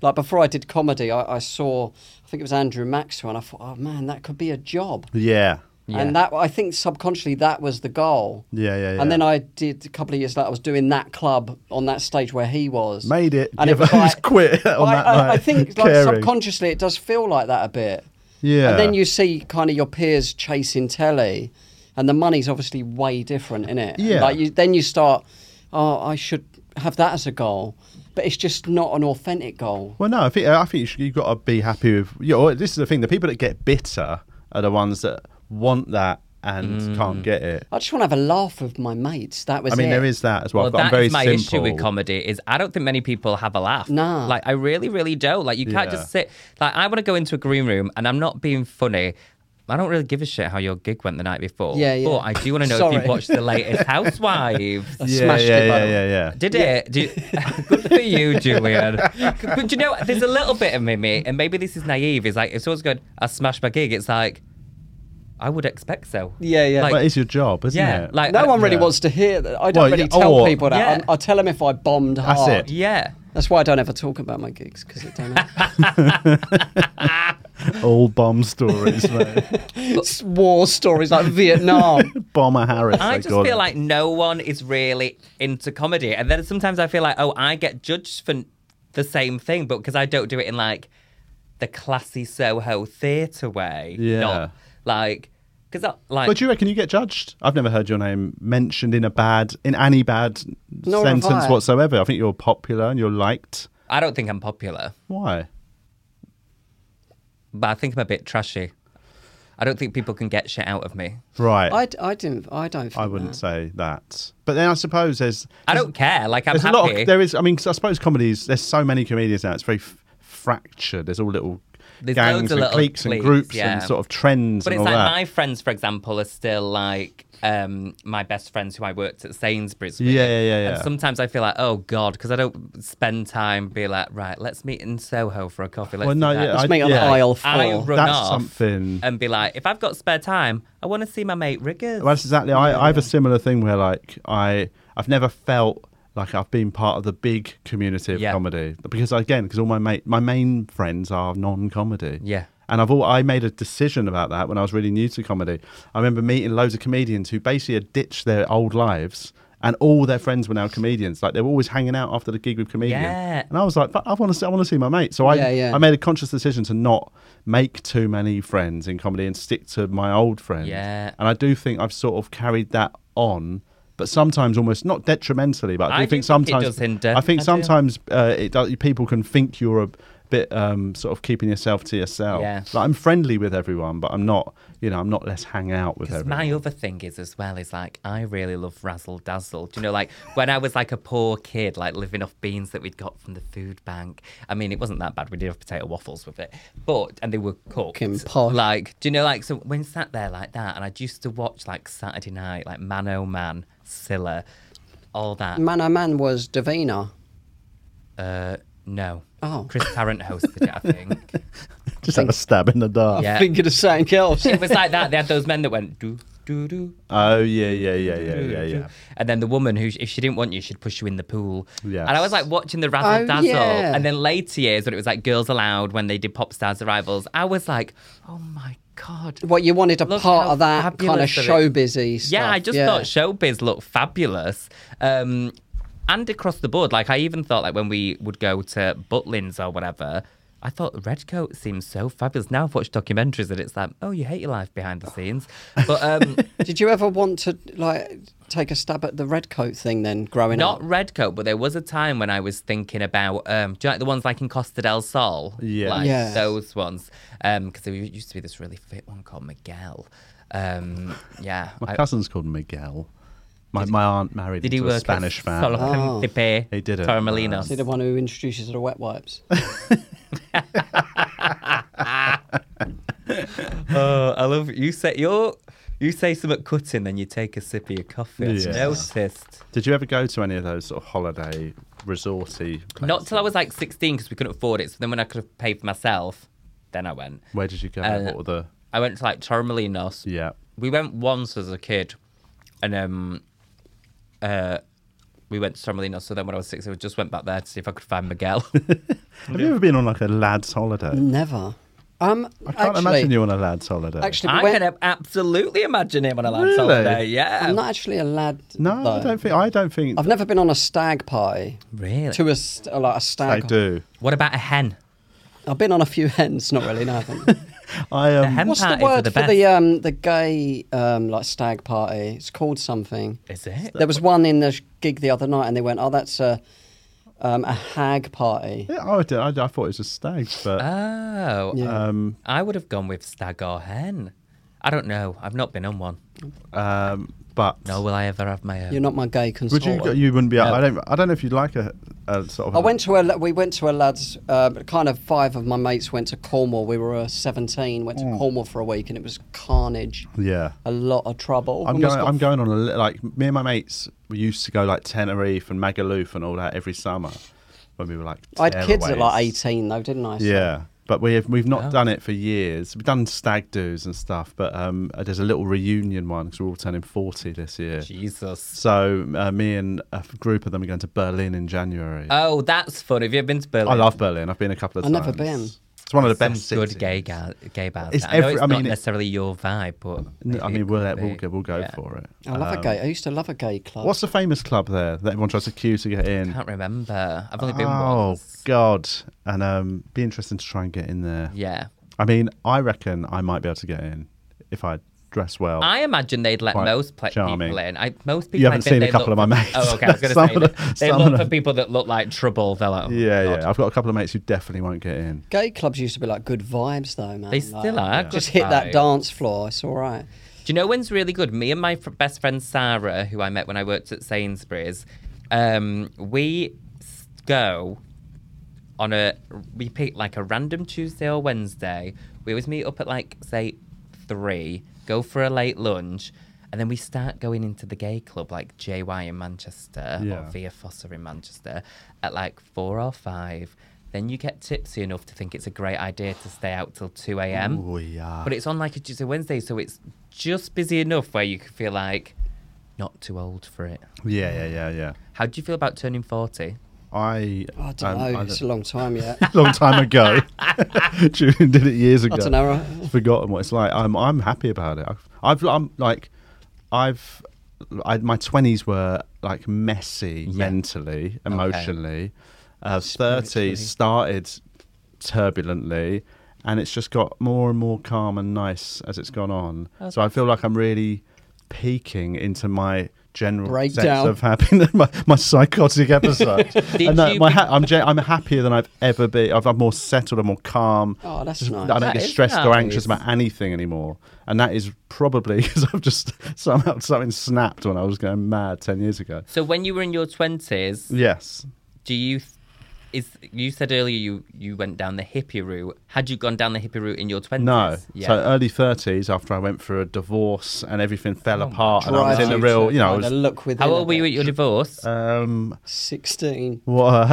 E: Like before I did comedy, I, I saw, I think it was Andrew Maxwell, and I thought, oh man, that could be a job.
D: yeah,
E: And that I think subconsciously that was the goal.
D: Yeah, yeah, yeah.
E: And then I did a couple of years later. I was doing that club on that stage where he was.
D: Made it.
E: And
D: Yeah,
E: it was
D: but
E: like,
D: just quit on
E: I,
D: that
E: I, I
D: night.
E: think like
D: Caring.
E: subconsciously it does feel like that a bit.
D: yeah.
E: And then you see kind of your peers chasing telly, and the money's obviously way different, is it?
D: Yeah.
E: Like you, then you start, oh, I should have that as a goal, but it's just not an authentic goal.
D: Well, no, I think I think you should, you've got to be happy with. You know, this is the thing: the people that get bitter are the ones that want that and
F: Mm.
D: can't get it.
E: I just want to have a laugh with my mates. That was.
D: I mean,
E: it.
D: there is that as well.
F: Well,
D: but I'm
F: that
D: very
F: is my
D: simple.
F: issue with comedy is I don't think many people have a laugh.
E: Nah.
F: Like I really, really don't. Like you can't
D: Yeah.
F: just sit. Like I want to go into a green room and I'm not being funny. I don't really give a shit how your gig went the night before.
E: Yeah, yeah.
F: But I do want to know if
E: Sorry.
F: you've watched the latest Housewives.
D: Yeah, yeah,
E: smashed it, by
D: yeah,
E: the way.
D: yeah, yeah.
F: Did it? Do you- good for you, Julian. But do you know, there's a little bit of me, mate, and maybe this is naive. Is like if someone's going, "I smashed my gig," it's like, I would expect so.
E: Yeah, yeah.
F: Like,
D: But it's your job, isn't
F: yeah,
D: it?
F: like
E: No
F: I-
E: one really
D: Yeah.
E: wants to hear that. I don't
D: Well,
E: really
D: yeah,
E: tell
D: or-
E: people that.
F: Yeah.
E: I'm- I tell them if I bombed hard.
D: it.
F: Yeah.
E: That's why I don't ever talk about my gigs because I don't. Know.
D: All bomb stories, mate.
E: It's war stories like Vietnam.
D: Bomber Harris.
F: I
D: they
F: just
D: call
F: feel
D: it.
F: like no one is really into comedy. And then sometimes I feel like, oh, I get judged for n- the same thing, but because I don't do it in like the classy Soho theatre way.
D: Yeah.
F: Not, like, because like.
D: But do you reckon you get judged? I've never heard your name mentioned in a bad, in any bad
E: Nor have
D: sentence
E: I.
D: whatsoever. I think you're popular and you're liked.
F: I don't think I'm popular,
D: Why?
F: but I think I'm a bit trashy. I don't think people can get shit out of me.
D: Right.
E: I, d- I didn't. I don't. Think
D: I wouldn't
E: that.
D: say that. But then I suppose there's.
F: I don't care. Like I'm
D: there's
F: happy.
D: a lot. Of, there is. I mean, 'cause I suppose comedies. There's so many comedians now. It's very f- fractured. There's all little
F: There's
D: gangs
F: loads of
D: and
F: little
D: cliques and
F: cliques,
D: groups
F: yeah.
D: and sort of trends
F: But
D: and
F: it's
D: all
F: like
D: that.
F: my friends, for example, are still like um, my best friends who I worked at Sainsbury's with.
D: Yeah, yeah, yeah, yeah.
F: And sometimes I feel like, oh God, because I don't spend time being like, right, let's meet in Soho for a coffee. Let's
D: Well,
F: do
D: no,
F: that.
D: yeah,
E: Let's
D: I-
E: make an
D: yeah.
E: aisle four.
F: I run
D: That's
F: off
D: something-
F: and be like, if I've got spare time, I want to see my mate Riggers.
D: Well, that's exactly. I, I have a similar thing where like I I've never felt like I've been part of the big community of
F: Yeah.
D: comedy because again because all my mate my main friends are non-comedy.
F: Yeah.
D: And I've all, I made a decision about that when I was really new to comedy. I remember meeting loads of comedians who basically had ditched their old lives and all their friends were now comedians. Like they were always hanging out after the gig with comedians.
F: Yeah.
D: And I was like, but I want to see, I want to see my mate. So I
E: Yeah, yeah.
D: I made a conscious decision to not make too many friends in comedy and stick to my old friends.
F: Yeah.
D: And I do think I've sort of carried that on, but sometimes almost not detrimentally, but I do
F: I do
D: think
F: think it
D: sometimes
F: does hinder.
D: I think
F: I do.
D: sometimes uh, it does, people can think you're a bit um, sort of keeping yourself to yourself.
F: Yeah.
D: Like I'm friendly with everyone, but I'm not. You know, I'm not less hang out with
F: Because
D: everyone.
F: my other thing is as well is like I really love razzle dazzle. Do you know, like when I was like a poor kid, like living off beans that we'd got from the food bank. I mean, it wasn't that bad. We did have potato waffles with it, but and they were cooked.
E: Fucking posh.
F: Like, do you know, like so when sat there like that, and I used to watch like Saturday Night, like Man Oh Man, Scylla, all that.
E: Man O Man was Davina.
F: uh, no.
E: Oh.
F: Chris Tarrant hosted it, I think.
D: Just have a stab in the dark.
F: Yeah.
E: Thinking of something else.
F: it was like that. They had those men that went do do do
D: Oh yeah, yeah, yeah, yeah, yeah, yeah.
F: And then the woman who, if she didn't want you, she'd push you in the pool.
D: Yes.
F: And I was like watching the razzle
E: Oh,
F: dazzle.
E: yeah.
F: And then later years, when it was like Girls Aloud, when they did Pop Stars Arrivals, I was like, oh my God.
E: What you wanted a
F: Look
E: part
F: how
E: of that kind of
F: fabulous of it-
E: showbizy stuff.
F: Yeah, I just thought showbiz looked fabulous. Um, and across the board, like I even thought like when we would go to Butlins or whatever, I thought Redcoat seems so fabulous. Now I've watched documentaries and it's like, oh, you hate your life behind the scenes. But um,
E: Did you ever want to like take a stab at the red coat thing then growing
F: Not
E: up?
F: red coat, but there was a time when I was thinking about um, do you like the ones like in Costa del Sol?
D: Yeah.
F: like
E: Yes.
F: those ones. Because there used to be this really fit one called Miguel. Um, yeah,
D: My
F: I-
D: cousin's called Miguel. My, my aunt married
F: did he
D: into
F: work
D: a Spanish
F: at
D: fan.
F: Solocan
E: Oh.
F: Tipe
D: He didn't.
F: Torremolinos?
E: See the one who introduces the wet wipes.
F: Oh, I love you say you you say something cutting, then you take a sip of your coffee. It's
D: Yeah.
F: Noticed.
D: Did you ever go to any of those sort of holiday resorty? Places?
F: Not till I was like 16 because we couldn't afford it. So then when I could have paid for myself, then I went.
D: Where did you go?
F: Uh,
D: what were the?
F: I went to like Torremolinos.
D: Yeah.
F: We went once as a kid, and um, uh, we went to Torremolinos. So then when I was six, I just went back there to see if I could find Miguel.
D: Have you ever been on like a lads' holiday?
E: Never. Um,
D: I can't
E: actually,
D: imagine you on a lads' holiday.
E: Actually,
F: I
E: when-
F: can ab- absolutely imagine him on a land
D: Really?
F: holiday. Yeah.
E: I'm not actually a lad.
D: no,
E: though.
D: I don't think. I don't think
E: I've never been on a stag party.
F: Really?
E: To a st- uh, like a
D: they
E: stag.
D: do.
F: What about a hen?
E: I've been on a few hens. Not really. No, I haven't.
D: I
F: The
D: um,
F: hen
E: What's the
F: parties are
E: word
F: the
E: for
F: best.
E: the um the gay um like stag party? It's called something.
F: Is it?
E: There was one in uh, the sh- gig the other night, and they went, "Oh, that's a um a hag party."
D: yeah, I, did, I, I thought it was a stag, but
F: Oh,
E: Yeah.
D: um,
F: I would have gone with stag or hen. I don't know. I've not been on one.
E: Uh,
D: um, but
F: Nor will I ever have my own.
E: You're not my gay
D: would
E: consorter.
D: you? You wouldn't be.
F: No.
D: I don't. I don't know if you'd like a, a sort of.
E: I went to a we went to a lads uh, kind of five of my mates went to Cornwall. We were uh, seventeen, went to Cornwall for a week, and it was carnage.
D: Hmm. Yeah.
E: a lot of trouble.
D: I'm
E: We must
D: going.
E: got
D: I'm going on a li- like me and my mates. We used to go like Tenerife and Magaluf and all that every summer when we were like.
E: I had kids at like
D: tearaways.
E: 18 though, didn't I? So-
D: Yeah, but we've we've not
F: Oh.
D: done it for years. We've done stag do's and stuff, but um, there's a little reunion one because we're all turning forty this year.
F: Jesus.
D: So uh, me and a f- group of them are going to Berlin in January.
F: Oh, that's fun. Have you ever been to Berlin?
D: I love Berlin. I've been a couple of
E: I've
D: times.
E: never been.
D: It's one of the
F: Some
D: best
F: good
D: cities.
F: gay ga- gay bars.
D: It's
F: I know
D: every-
F: it's
D: I
F: not
D: mean, it-
F: necessarily your vibe, but
D: No, I
F: maybe
D: mean,
F: it
D: we'll
F: could
D: let- we'll
F: be.
D: go, we'll go
F: Yeah.
D: for it.
E: I love
D: Um,
E: a gay. I used to love a gay club.
D: What's the famous club there that everyone tries to queue to get in?
F: Can't remember. I've only been
D: Oh
F: once.
D: God! And um, be interesting to try and get in there.
F: Yeah.
D: I mean, I reckon I might be able to get in if I dress well.
F: I imagine they'd let
D: Oh. Quite
F: most pla-
D: charming.
F: people in. I, most people.
D: You
F: I
D: haven't
F: think
D: seen a
F: they
D: couple
F: look
D: of my
F: for-
D: mates.
F: Oh, okay. I was going
D: Some
F: to
D: of
F: say
D: the-
F: they
D: some
F: look
D: of
F: for
D: the-
F: people that look like trouble. They're like, oh,
D: yeah,
F: God.
D: yeah. I've got a couple of mates who definitely won't get in.
E: Gay clubs used to be like good vibes though, man.
F: They
E: like,
F: still are. good
E: Just hit that
F: vibes.
E: dance floor. It's all right.
F: Do you know when's really good? Me and my fr- best friend Sarah, who I met when I worked at Sainsbury's, um, we s- go on a we pick like a random Tuesday or Wednesday. We always meet up at like say three, go for a late lunch, and then we start going into the gay club like JY in Manchester
D: Yeah.
F: or Via Fossa in Manchester at like four or five. Then you get tipsy enough to think it's a great idea to stay out till two a.m.
D: Oh yeah.
F: Ah. But it's on like a Tuesday, Wednesday, so it's just busy enough where you can feel like not too old for it.
D: Yeah, yeah, yeah, yeah.
F: How do you feel about turning 40?
D: I
E: Oh, I don't
D: um,
E: know.
D: I
E: it's a
D: don't-
E: long time yet.
D: long time ago. Julian did it years ago.
E: I don't know. uh, right?
D: Forgotten what it's like. I'm I'm happy about it. I've, I've I'm like, I've, I, my twenties were like messy mentally, emotionally. Uh, Thirty started turbulently, and it's just got more and more calm and nice as it's gone on. So I feel like I'm really peeking into my general sense
E: Breakdown.
D: of happiness, my, my psychotic episode. and that-
F: you
D: my ha- I'm, gen- I'm happier than I've ever been. I've, I'm more settled. I'm more calm.
E: Oh, that's
D: Just-
E: nice.
D: I don't
F: That
D: get
F: is
D: stressed or anxious
F: nice.
D: about anything anymore. And that is probably because I've just somehow something snapped when I was going mad 10 years ago.
F: So when you were in your 20s,
D: Yes.
F: do you th- is you said earlier you you went down the hippie route. Had you gone down the hippie route in your 20s?
D: No.
F: Yeah.
D: So uh, early 30s, after I went through a divorce and everything fell
F: Oh
D: apart, and I was
E: Drives
D: in the
E: you
D: real,
E: to
D: you know, I
E: kinda
D: was.
E: look within.
F: How
E: a
F: old were you
E: bit.
F: at your divorce?
D: Um,
E: Sixteen.
D: what,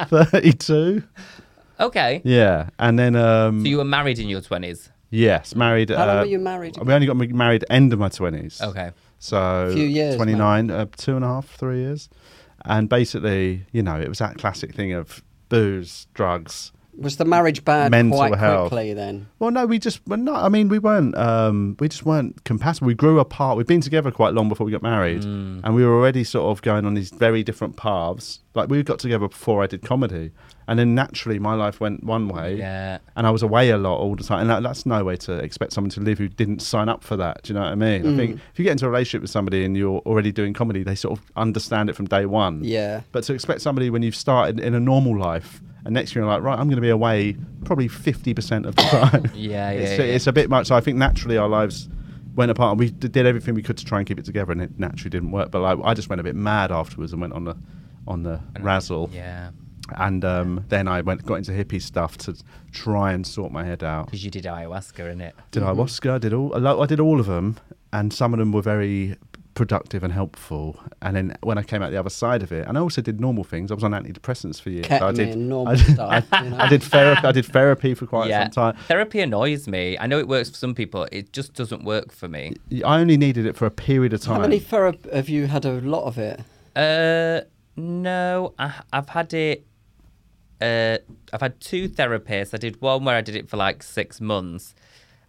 D: 32?
F: okay.
D: Yeah. And then. Um,
F: So you were married in your 20s.
D: Yes, married.
E: How long
D: uh,
E: were you married
D: We only got ma- married end of my twenties.
F: Okay.
D: so
E: Few years,
D: twenty nine, uh, two and a half, three years, and basically, you know, it was that classic thing of booze, drugs.
E: Was the marriage bad
D: Mental
E: quite
D: health.
E: quickly then?
D: Well, no, we just, well, no, I mean, we weren't, um, we just weren't compatible. We grew apart. We'd been together quite long before we got married,
E: Mm.
D: and we were already sort of going on these very different paths. Like we got together before I did comedy, and then naturally, my life went one way,
F: Yeah.
D: and I was away a lot all the time. And that, that's no way to expect someone to live who didn't sign up for that. Do you know what I mean?
F: Mm.
D: I think if you get into a relationship with somebody and you're already doing comedy, they sort of understand it from day one.
E: Yeah.
D: But to expect somebody when you've started in a normal life and next year you're like, right, I'm going to be away probably 50% of the time.
F: Yeah, yeah,
D: it's,
F: yeah.
D: it's a bit much. So I think naturally our lives went apart and we d- did everything we could to try and keep it together and it naturally didn't work. But like, I just went a bit mad afterwards and went on the, on the razzle
F: Yeah.
D: And um, then I went got into hippie stuff to try and sort my head out.
F: Because you Mm-hmm. did ayahuasca, innit?
D: Did ayahuasca? I did all. a lot- I did all of them, and some of them were very productive and helpful. And then when I came out the other side of it, and I also did normal things. I was on antidepressants for years. I did
E: Ketamine, normal
D: I did,
E: stuff,
D: I,
E: you know.
D: I did therapy. I did therapy for quite
F: yeah.
D: some time.
F: Therapy annoys me. I know it works for some people. It just doesn't work for me.
D: I only needed it for a period of time.
E: How many therapy have you had? A lot of it.
F: Uh, no, I, I've had it. Uh, I've had two therapists. I did one where I did it for like six months,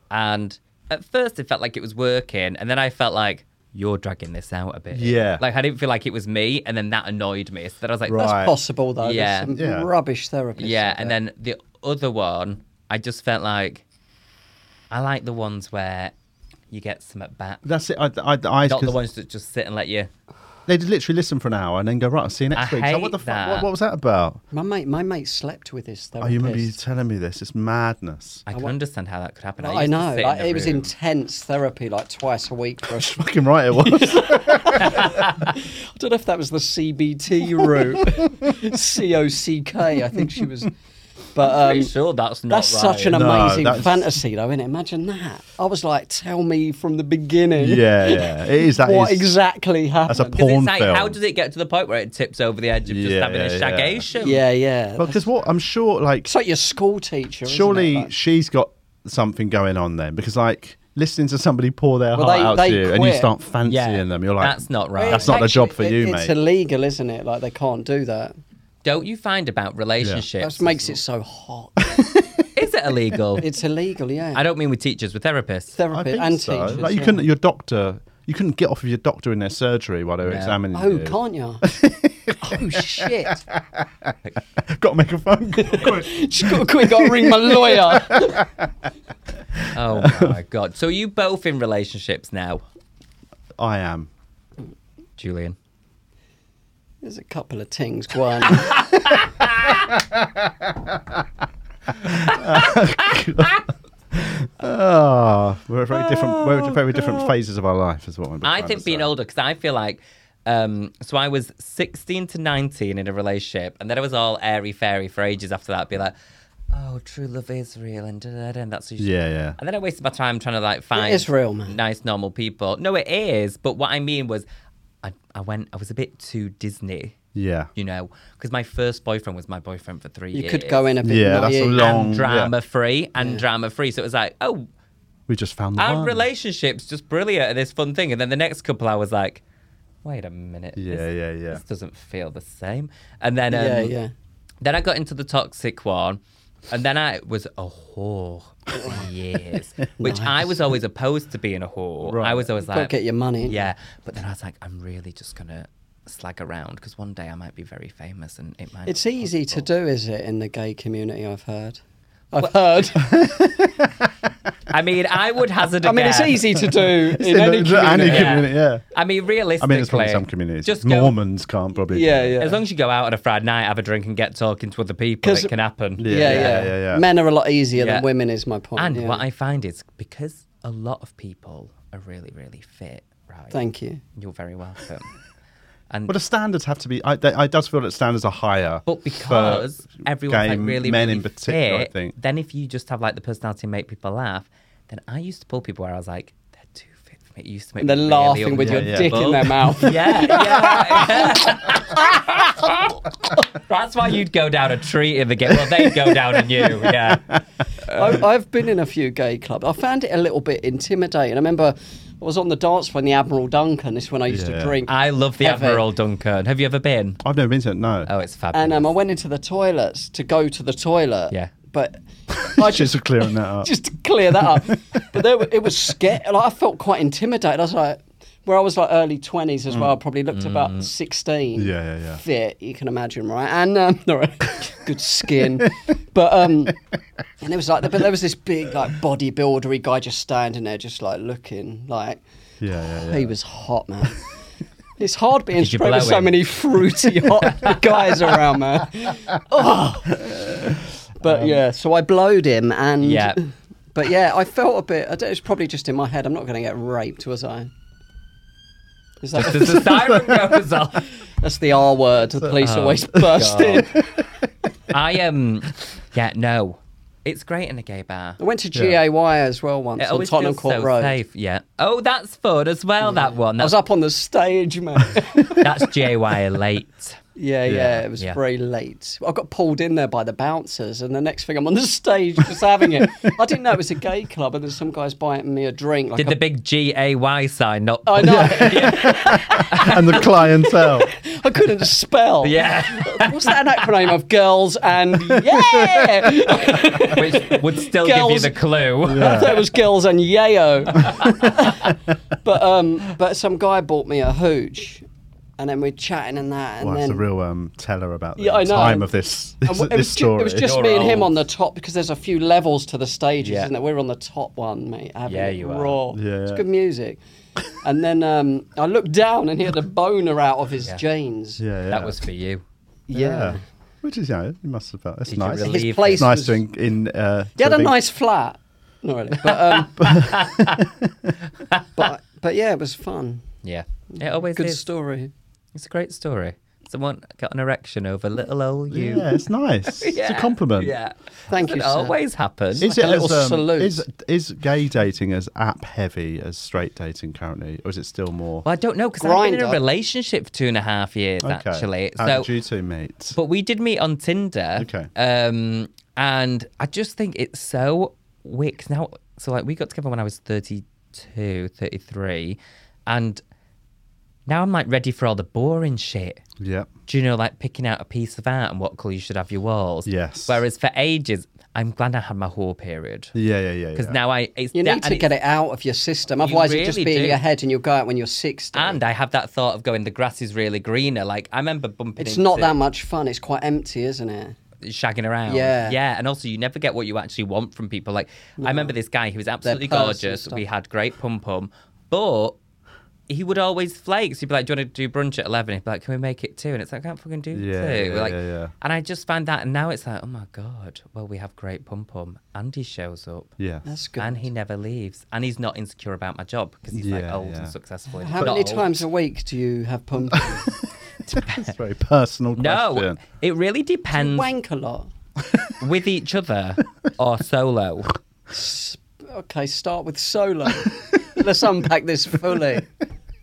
F: and at first it felt like it was working, and then I felt like you're dragging this out a bit.
D: Yeah.
F: like I didn't feel like it was me, and then that annoyed me. So then I was like,
D: Right.
E: That's possible though.
F: Yeah.
E: Yeah. Some
D: Yeah.
E: Rubbish therapy.
F: yeah. And then the other one, I just felt like I like the ones where you get some at bat,
D: That's it. I, I, I,
F: not the
D: 'cause
F: ones that just sit and let you.
D: They did literally listen for an hour and then go right. I'll see you next
F: I
D: week. So what
F: hate
D: the fuck? What,
F: that.
D: what was that about?
E: My mate, my mate slept with his
D: Oh,
E: therapist.
D: you remember you telling me this? It's madness.
F: I can understand how that could happen.
E: Oh, I,
F: used to
E: know.
F: sit in
E: like,
F: the
E: it was
F: room.
E: intense therapy, like twice a week. For us.
D: Fucking right, it was.
E: I don't know if that was the CBT route, C O C K. I think she was. But um,
F: Pretty sure that's not
E: that's
F: right.
E: such an
D: No,
E: amazing
D: that's-
E: fantasy, though, isn't it? Imagine that. I was like, tell me from the beginning.
D: yeah, yeah. It is. That
E: What
D: is-
E: exactly happened?
D: That's a
F: Because
D: porn
F: it's like,
D: film.
F: how does it get to the point where it tips over the edge of just
D: Yeah,
F: having a
D: yeah, yeah.
F: shagation?
E: yeah, yeah.
D: Well, because what I'm sure, like,
E: it's like your school teacher. isn't it?
D: surely
E: Like-
D: she's got something going on then, because like listening to somebody pour their
E: Well,
D: heart
E: they-
D: out
E: they
D: to you and you
E: quit.
D: start fancying
F: Yeah,
D: them, you're like,
F: that's not right.
D: That's not the job for
E: Actually,
D: you,
E: it-
D: mate.
E: It's illegal, isn't it? Like they can't do that.
F: Don't you find about relationships?
E: That makes it so hot.
F: Is it illegal?
E: it's illegal, yeah.
F: I don't mean with teachers, with therapists.
D: I
E: therapy
D: think
E: and
D: so.
E: teachers.
D: Like you
E: yeah.
D: couldn't, your doctor, you couldn't get off of your doctor in their surgery while they were
F: No.
D: examining
E: Oh,
D: you.
E: can't you? oh shit!
D: Got to make a phone call. Quick.
E: Just got, quick, got to ring my lawyer.
F: Oh my god! So are you both in relationships now,
D: I am.
F: Julian?
E: There's a couple of things going.
D: Ah, we're at very different. We're
E: Oh,
D: at very different phases of our life, is what I'm.
F: I
D: trying
F: think
D: to
F: being
D: say.
F: older because I feel like. Um, so I was 16 to 19 in a relationship, and then I was all airy fairy for ages after that. Be like, oh, true love is real, and, da, da, da, and that's usually
D: Yeah, yeah.
F: And then I wasted my time trying to like find
E: is real, man.
F: nice normal people. No, it is. But what I mean was, I, I went. I was a bit too Disney,
D: Yeah.
F: you know, because my first boyfriend was my boyfriend for three
E: You
F: years.
E: could go in a bit.
D: Yeah, that's a
E: naive.
D: long-
F: and
D: yeah.
F: drama free and drama free. So it was like, oh,
D: We just found the
F: our
D: one.
F: relationship's just brilliant at this fun thing. And then the next couple, I was like, wait a minute.
D: Yeah,
F: this,
D: yeah, yeah.
F: This doesn't feel the same. And then, um,
E: Yeah, yeah.
F: Then I got into the toxic one. And then I was a whore for years, which I was always opposed to being a whore. I
D: Right.
F: was always
E: Got to
F: like,
E: get your money.
F: yeah. But then I was like, I'm really just going to slag around because one day I might be very famous and it might.
E: It's
F: not be
E: easy to
F: possible.
E: do, is it, in the gay community? I've heard. I've heard.
F: I mean, I would hazard
E: I mean, it's
F: again-
E: easy to do in
D: the-
E: any
D: the- any
E: community.
F: Yeah.
D: community, yeah.
F: I mean,
D: I
F: realistically.
D: mean, it's probably some communities.
F: Just go-
D: Mormons can't probably.
E: Yeah, yeah.
F: As long as you go out on a Friday night, have a drink, and get talking to other people,
E: 'Cause-
F: it can happen.
D: Yeah,
E: Yeah yeah.
D: yeah, yeah, yeah.
E: Men are a lot easier
F: Yeah.
E: than women, is my point.
F: And
E: yeah.
F: what I find is because a lot of people are really, really fit, right?
E: Thank you.
F: You're very welcome. and
D: But the standards have to be. I, they, I does feel that standards are higher.
F: but because
D: for
F: everyone's
D: gay
F: like really,
D: men
F: really
D: in particular,
F: fit,
D: I think.
F: then if you just have like the personality and make people laugh, then I used to pull people where I was like, they're too fit for me. It used to make
E: And they're
F: me really
E: laughing with your
D: yeah.
E: dick in
F: uncomfortable.
E: their mouth.
F: Yeah, yeah. That's why you'd go down a tree in the game. Well, they'd go down on you. Yeah.
D: Uh.
E: I, I've been in a few gay clubs. I found it a little bit intimidating. I remember I was on the dance floor in the Admiral Duncan. This is when I used
D: Yeah. Ah,
E: to drink.
F: I love the
E: Have it.
F: Admiral Duncan. Have you ever been?
D: I've never been to it. No.
F: Oh, it's fabulous.
E: and um, I went into the toilets to go to the toilet.
F: Yeah.
E: But I
D: just
E: just
D: for clearing that up.
E: just to clear that up. but there, were- it was scared. Like, I felt quite intimidated. I was like, where I was like early twenties as well. I probably looked about sixteen.
D: Mm. Yeah, yeah, yeah.
E: Fit, you can imagine, right? And um, all right, good skin, but um, and it was like, but there was this big like bodybuildery guy just standing there, just like looking like,
D: Yeah, yeah,
E: he
D: yeah.
E: was hot, man. It's hard being
F: Did you
E: spread with
F: blow
E: so
F: him?
E: many fruity hot guys around, man. Oh. But yeah, so I blowed him and.
F: Um, Yeah.
E: But yeah, I felt a bit. I don't, it's probably just in my head. I'm not going to get raped, was I? Is that
F: Does the siren goes off.
E: That's the R word. The police
F: oh,
E: always burst in.
F: I am. Um, yeah, no. It's great in a gay bar.
E: I went to GAY as well once
F: It
E: on
F: always
E: Tottenham
F: feels
E: Court
F: so
E: Road.
F: safe. Yeah. Oh, that's fun as well. That one.
E: I was
F: That's,
E: up on the stage, man.
F: that's JY late.
E: yeah, yeah,
D: Yeah,
E: it was
F: yeah.
E: very late. I got pulled in there by the bouncers, and the next thing I'm on the stage just having it. I didn't know it was a gay club, and there's some guys buying me a drink. Like
F: Did
E: a-
F: the big G A Y sign not?
E: I know.
D: and the clientele.
E: I couldn't spell.
F: Yeah,
E: What's that an acronym of? Girls and yeah.
F: which would still give you
E: Girls-
F: the clue.
E: I thought it was girls and yayo. but um, but some guy bought me a hooch, and then we're chatting and that, and
D: Well,
E: then
D: it's a real um, teller about the
E: Yeah, I know.
D: time of this,
E: and
D: this,
E: w- it, was
D: this
E: ju-
D: story.
E: it was just
F: You're
E: me and him
F: old.
E: on the top because there's a few levels to the stages,
F: Yeah.
E: isn't there? We're on the top one, mate. having
F: Yeah,
E: it
F: you are.
E: raw.
D: Yeah,
E: it's
D: yeah.
E: good music. and then um, I looked down and he had a boner out of his jeans.
D: yeah, yeah.
F: That was for you.
D: yeah. Which is, you know, you must have felt. That's
F: Did you
D: nice.
F: really
E: his
F: Leave
E: place
D: It's nice
E: was-
D: to in. in uh,
E: He had
D: to
E: a
D: think-
E: nice flat. Not really. But, um, but, but yeah, it was fun.
F: Yeah, it always
E: Good
F: is.
E: story.
F: It's a great story. Someone got an erection over little old you.
D: Yeah, it's nice. It's a
F: Yeah,
D: compliment.
F: Yeah,
E: Thank
F: Doesn't
E: you, sir.
F: Always happens.
D: Is
E: like
D: it
E: a little
D: as, um,
E: salute.
D: Is, is gay dating as app heavy as straight dating currently, or is it still more?
F: Well, I don't know because I've been in a
E: Grindr.
F: relationship for two and a half years actually.
D: How
F: so,
D: did you two meet?
F: but we did meet on Tinder.
D: Okay.
F: Um, and I just think it's so wick now. So like we got together when I was 32, 33, and now I'm like ready for all the boring shit.
D: Yep.
F: Do you know like picking out a piece of art and what colour you should have your walls?
D: Yes.
F: Whereas for ages, I'm glad I had my whore period.
D: Yeah, yeah, yeah.
F: Because
D: yeah.
F: now I it's that-
E: You need
F: and
E: to
F: it's-
E: get it out of your system. Otherwise, it just
F: really
E: be in
F: do.
E: your head and you'll go out when you're 60.
F: And I have that thought of going, the grass is really greener. Like, I remember bumping
E: it's not
F: into-
E: that much fun. It's quite empty, isn't it?
F: shagging around.
E: Yeah.
F: Yeah. And also, you never get what you actually want from people. Like, I remember this guy, he was absolutely
E: purse and
F: gorgeous.
E: stuff.
F: We had great pum pum, but he would always flake. So he'd be like, Do you want to do brunch at 11? He'd be like, Can we make it two? And it's like, I can't fucking do
D: Yeah,
F: two.
D: yeah,
F: like,
D: yeah, yeah.
F: And I just find that. And now it's like, Oh my God. Well, we have great pum pum. And he shows up.
D: Yeah.
E: That's good.
F: And he never leaves. And he's not insecure about my job because he's like
D: Yeah,
F: old
D: yeah.
F: and successful.
E: How
F: Not
E: many
F: old.
E: times a week do you have pump?
D: That's a very personal
F: No,
D: question.
F: it really depends
E: Wank a lot.
F: with each other or solo.
E: Okay, start with solo. Let's unpack this fully.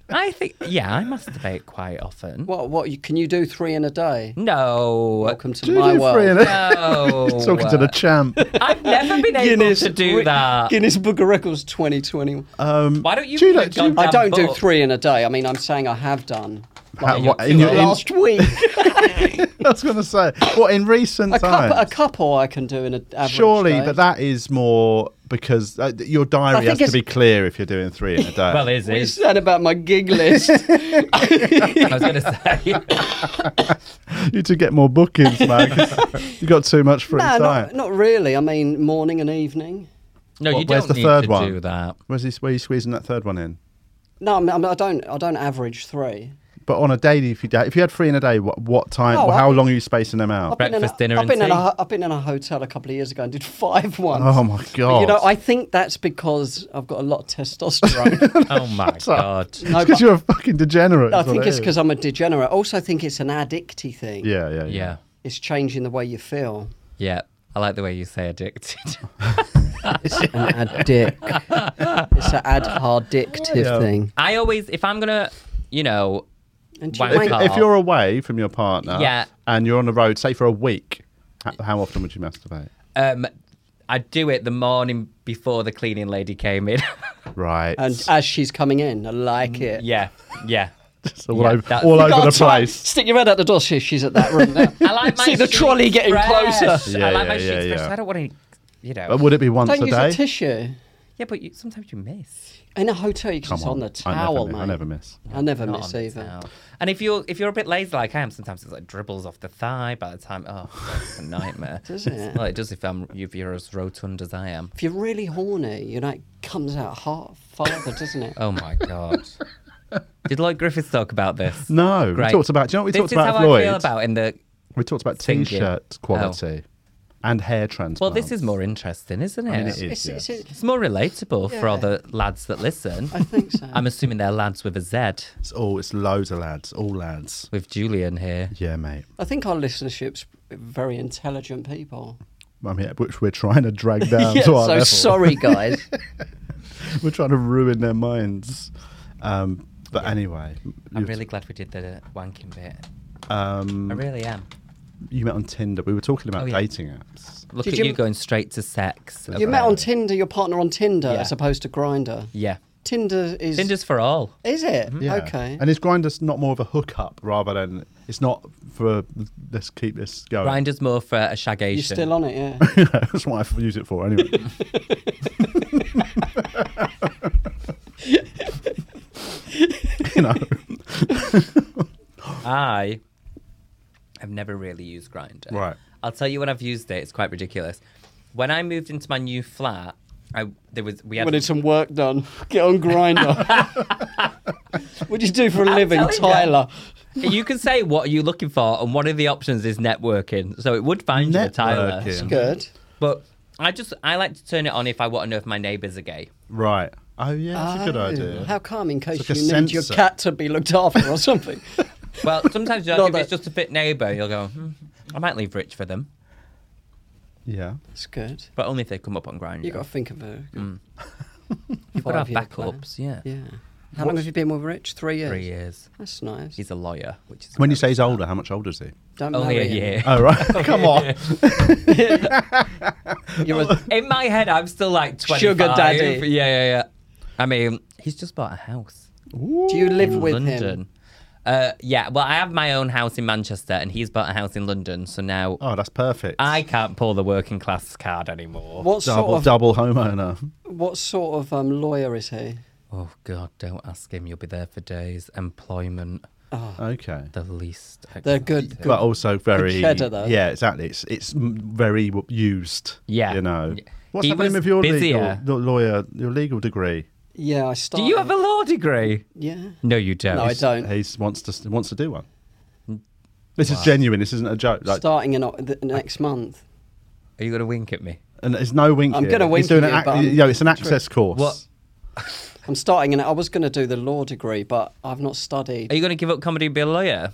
F: I think, yeah, I masturbate quite often.
E: What? What? You, can you do three in a day?
F: No.
E: Welcome to
D: Do you
E: my
D: do
E: world.
D: free and-
F: No.
D: He's talking to the champ.
F: I've never been able to do
E: Wi-
F: that.
E: Guinness Book of Records 2021.
D: Um,
F: Why don't you?
D: Do you
F: put
D: like-
F: a
D: do you-
E: I
F: goddamn
E: don't do
F: book?
E: three in a day. I mean, I'm saying I have done.
D: how-
F: Yeah,
D: what-
F: you're
D: in your, in,
E: last week,
D: I was going to say, what in recent
E: a,
D: times?
E: couple, a couple I can do in an average
D: surely,
E: day.
D: but that is more because uh, th- your diary
E: think
D: has to
E: it's-
D: be clear if you're doing three in a day.
F: Well, is
E: What you
F: it?
E: said about my gig list.
F: I was going to say.
D: you to get more bookings, man. 'cause you got too much free time.
E: no, not, not really. I mean, morning and evening.
F: No, you
D: What- where's
F: don't
D: the
F: need
D: third
F: to
D: one?
F: do that.
D: Where's this? Where are you squeezing that third one in?
E: No, I, mean, I don't. I don't average three.
D: But on a daily, if you da- if you had three in a day, what, what time?
E: Oh, I-
D: how long are you spacing them out?
E: I've been in a-
F: Breakfast, dinner
E: I've
F: and
E: been in a
F: tea.
E: ho- I've been in a hotel a couple of years ago and did five once.
D: Oh my
E: But,
D: god!
E: you know, I think that's because I've got a lot of testosterone.
F: Oh my god.
E: no,
D: because
E: but
D: you're a fucking degenerate.
E: I
D: is what
E: think
D: it
E: it's
D: is.
E: because I'm a degenerate. Also, I think it's an addicty thing.
D: Yeah, yeah, yeah.
F: Yeah.
E: It's changing the way you feel.
F: Yeah. I like the way you say addicted.
E: It's an addict. It's an ad addictive
D: Yeah.
E: thing.
F: I always, if I'm gonna, you know,
E: And do you
F: wank
E: mind-
F: off,
D: If, if you're away from your partner,
F: Yeah.
D: and you're on the road, say for a week, h- how often would you masturbate?
F: um, I'd do it the morning before the cleaning lady came in.
D: Right.
E: And as she's coming in, I like it.
F: yeah. Yeah.
E: uh,
D: so all
F: yeah,
D: over,
F: that's-
D: all
F: You
D: over
E: Got
D: the
E: a time-
D: place.
E: Stick your head out the door. See if she's at that room now.
F: I like my
E: See the
F: sheets
E: trolley getting
F: fresh.
E: closer.
D: Yeah,
F: I like my
D: yeah,
F: sheets
D: yeah,
F: fresh.
D: yeah.
F: I don't want to, you know.
D: But would it be once
E: Don't
D: a
E: use
D: day?
E: a tissue.
F: yeah, but you, sometimes you miss.
E: In a hotel, you can
D: Come
E: sit on the
D: I never,
E: towel,
D: mi-
E: mate.
D: I never miss.
E: I never
F: Not
E: miss
F: on the
E: either.
F: towel. And if you're if you're a bit lazy like I am, sometimes it's like dribbles off the thigh. By the time, oh, God, it's a nightmare.
E: Does it?
F: Well, it does if I'm if you're as rotund as I am.
E: If you're really horny, you know, it comes out hard farther, doesn't it?
F: Oh my god. Did Lloyd Griffiths talk about this?
D: No, we
F: Great.
D: talked about. Do you know what we
F: this
D: talked
F: is
D: about?
F: how
D: Lloyd.
F: I feel about in the.
D: We talked about
F: Singing.
D: t-shirt quality and hair transplants.
F: Well, this is more interesting, isn't it?
D: I mean, it is.
E: It's,
D: yeah.
E: it's, it's,
F: It's more relatable for all
E: Yeah.
F: the lads that listen.
E: I think so.
F: I'm assuming they're lads with a Z,
D: It's all. It's loads of lads. All lads.
F: with Julian here.
D: Yeah, mate.
E: I think our listenership's very intelligent people.
D: I mean, which we're trying to drag down
E: yeah,
D: to
E: so
D: our level.
E: sorry, guys.
D: We're trying to ruin their minds. Um, but anyway,
F: I'm
D: you-
F: really glad we did the wanking bit.
D: um,
E: Mm.
F: I really am.
D: you met on Tinder. We were talking about
F: Oh, yeah.
D: dating apps.
F: Look
E: Did
F: at
E: you-
F: you going straight to sex.
E: you met on Tinder, your partner on Tinder
F: Yeah.
E: as opposed to Grinder.
F: Yeah.
E: Tinder is.
F: Tinder's for all.
E: Is it?
D: Mm-hmm.
E: Okay.
D: And is Grindr's not more of a hookup rather than it's not for let's keep this going.
F: Grinder's more for a shagation.
E: You're still on it, yeah.
D: That's what I use it for anyway. you know,
F: I have never really used Grinder.
D: Right.
F: I'll tell you when I've used it. It's quite ridiculous. When I moved into my new flat, I there was we had
E: Wanted some work done. Get on Grinder. what do you do for a living,
F: telling you.
E: Tyler?
F: you can say what are you looking for, and one of the options is networking. So it would find you, Tyler.
D: Networking.
E: Good.
F: But I just I like to turn it on if I want to know if my neighbours are gay.
D: right? Oh yeah, that's a good
E: Oh,
D: idea.
E: How come, in case
D: It's like a
E: you need your
D: sensor.
E: cat to be looked after or something?
F: Well, sometimes you
E: Not
F: know, if
E: that-
F: it's just a fit neighbour, you'll go. Hmm, I might leave rich for them,
D: yeah,
E: That's good.
F: but only if they come up on Grinder.
E: you got to think of a. good
F: You've got to have
E: five-year plan.
F: backups. Yeah.
E: Yeah. How long have you been with Rich? Three years.
F: Three years.
E: That's nice.
F: He's a lawyer, which is
D: When you say he's older, how much older is he?
E: Don't
F: only a
E: marry him.
F: year.
D: Oh right, come on.
E: You're a-
F: In my head, I'm still like 25.
E: Sugar daddy.
F: Yeah, yeah, yeah. I mean, he's just bought a house
E: do you live
F: in
E: with
F: London.
E: him?
F: Uh, yeah, well, I have my own house in Manchester, and he's bought a house in London. So now
D: Oh, that's perfect.
F: I can't pull the working class card anymore.
E: What
D: double
E: sort of
D: double homeowner.
E: what sort of um, lawyer is he?
F: Oh God, don't ask him. You'll be there for days. Employment,
D: Okay.
F: the least.
E: They're good.
F: expensive.
E: good.
D: but also very
E: cheddar, though.
D: yeah exactly it's it's m- very w- used
F: Yeah.
D: you know
F: Yeah.
D: what's
F: He
D: happening
F: was
D: with your legal
F: busier.
D: your lawyer your legal degree
E: yeah, I
F: Do
E: started.
F: you have a law degree?
E: Yeah.
F: No, you don't.
E: No, I don't. Mm.
D: he wants to wants to do one this is genuine this isn't a joke like
E: starting in o- the next month.
F: Are you gonna wink at me?
D: and it's no wink
E: I'm
D: here.
E: gonna wink
D: he's doing
E: at
D: an
E: you,
D: ac-
E: but I'm-
D: you know, it's an access course
F: What?
E: I'm starting in. I was going to do the law degree, but I've not studied.
F: Are you gonna give up comedy and be a lawyer?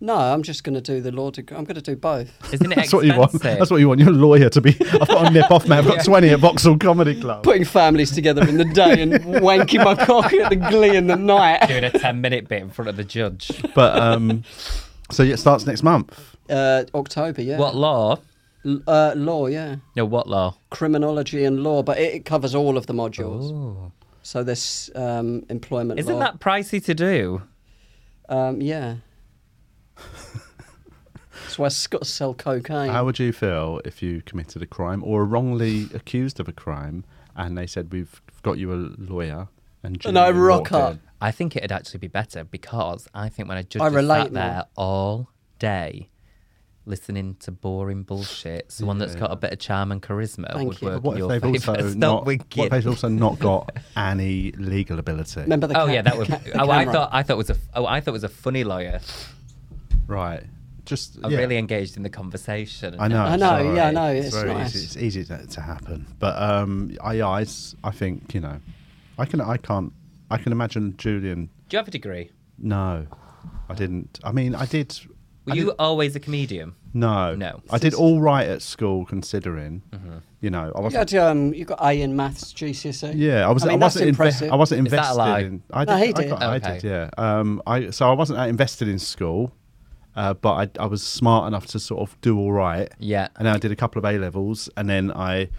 E: No, I'm just going to do the law degree. I'm going to do both.
F: Isn't it
D: that's what
F: expensive?
D: you want that's what you want your lawyer to be I've got a nip off man I've got 20 at Vauxhall Comedy Club
E: Putting families together in the day and wanking my cock at the glee in the night.
F: Doing a ten-minute bit in front of the judge.
D: but um so yeah, it starts next month
E: Uh, October, yeah.
F: What law?
E: L- uh, law, yeah.
F: No, what law?
E: Criminology and law, but it, it covers all of the modules.
F: Ooh.
E: So there's um, employment
F: Isn't
E: law.
F: that pricey to do?
E: Um, yeah. That's why Scots sell cocaine.
D: how would you feel if you committed a crime or wrongly accused of a crime and they said we've got you a lawyer and,
E: and I
D: Julian
E: rock
D: walked in?
E: up.
F: I think it'd actually be better because I think when a judge
E: I
F: is
E: relate
F: sat there all day listening to boring bullshit, someone that's got a bit of charm and charisma
E: Thank
F: would
E: you.
F: work
D: What
F: in
D: if
F: your
D: they've
F: favour.
D: also
F: Stop
D: not? What
F: winking.
D: if they've also not got any legal ability?
E: Remember the
F: Oh
E: ca-
F: yeah, that would.
E: the
F: Be,
E: ca- the
F: oh, I
E: camera.
F: thought I thought it was a. Oh, I thought it was a funny lawyer.
D: Right. Just.
F: I
D: yeah.
F: really engaged in the conversation.
D: I know.
E: I
D: it's
E: know,
D: all
E: yeah, I
D: right.
E: know,
D: It's,
E: it's
D: very
E: nice.
D: easy. It's easy to, to happen, but um, I, yeah, I, s- I think you know, I can, I can't, I can imagine Julian.
F: Do you have a degree?
D: No, I didn't. I mean, I did.
F: Were
D: I
F: you
D: did-
F: always a comedian?
D: no,
F: No. Mm-hmm.
D: I did all right at school, considering. You know, I
E: You
D: wasn't.
E: got, um, you got A in maths GCSE.
D: Yeah, I was.
E: E? I mean,
D: I
E: that's
D: wasn't inve-
E: impressive.
D: I wasn't
F: Is that a
D: invested
F: lie?
D: in. I
E: No, he
D: I
E: did.
D: got- I,
F: Okay.
D: did. Yeah. Um. I so I wasn't that invested in school, uh, but I I was smart enough to sort of do all right.
F: Yeah.
D: And then I did a couple of A levels, and then I,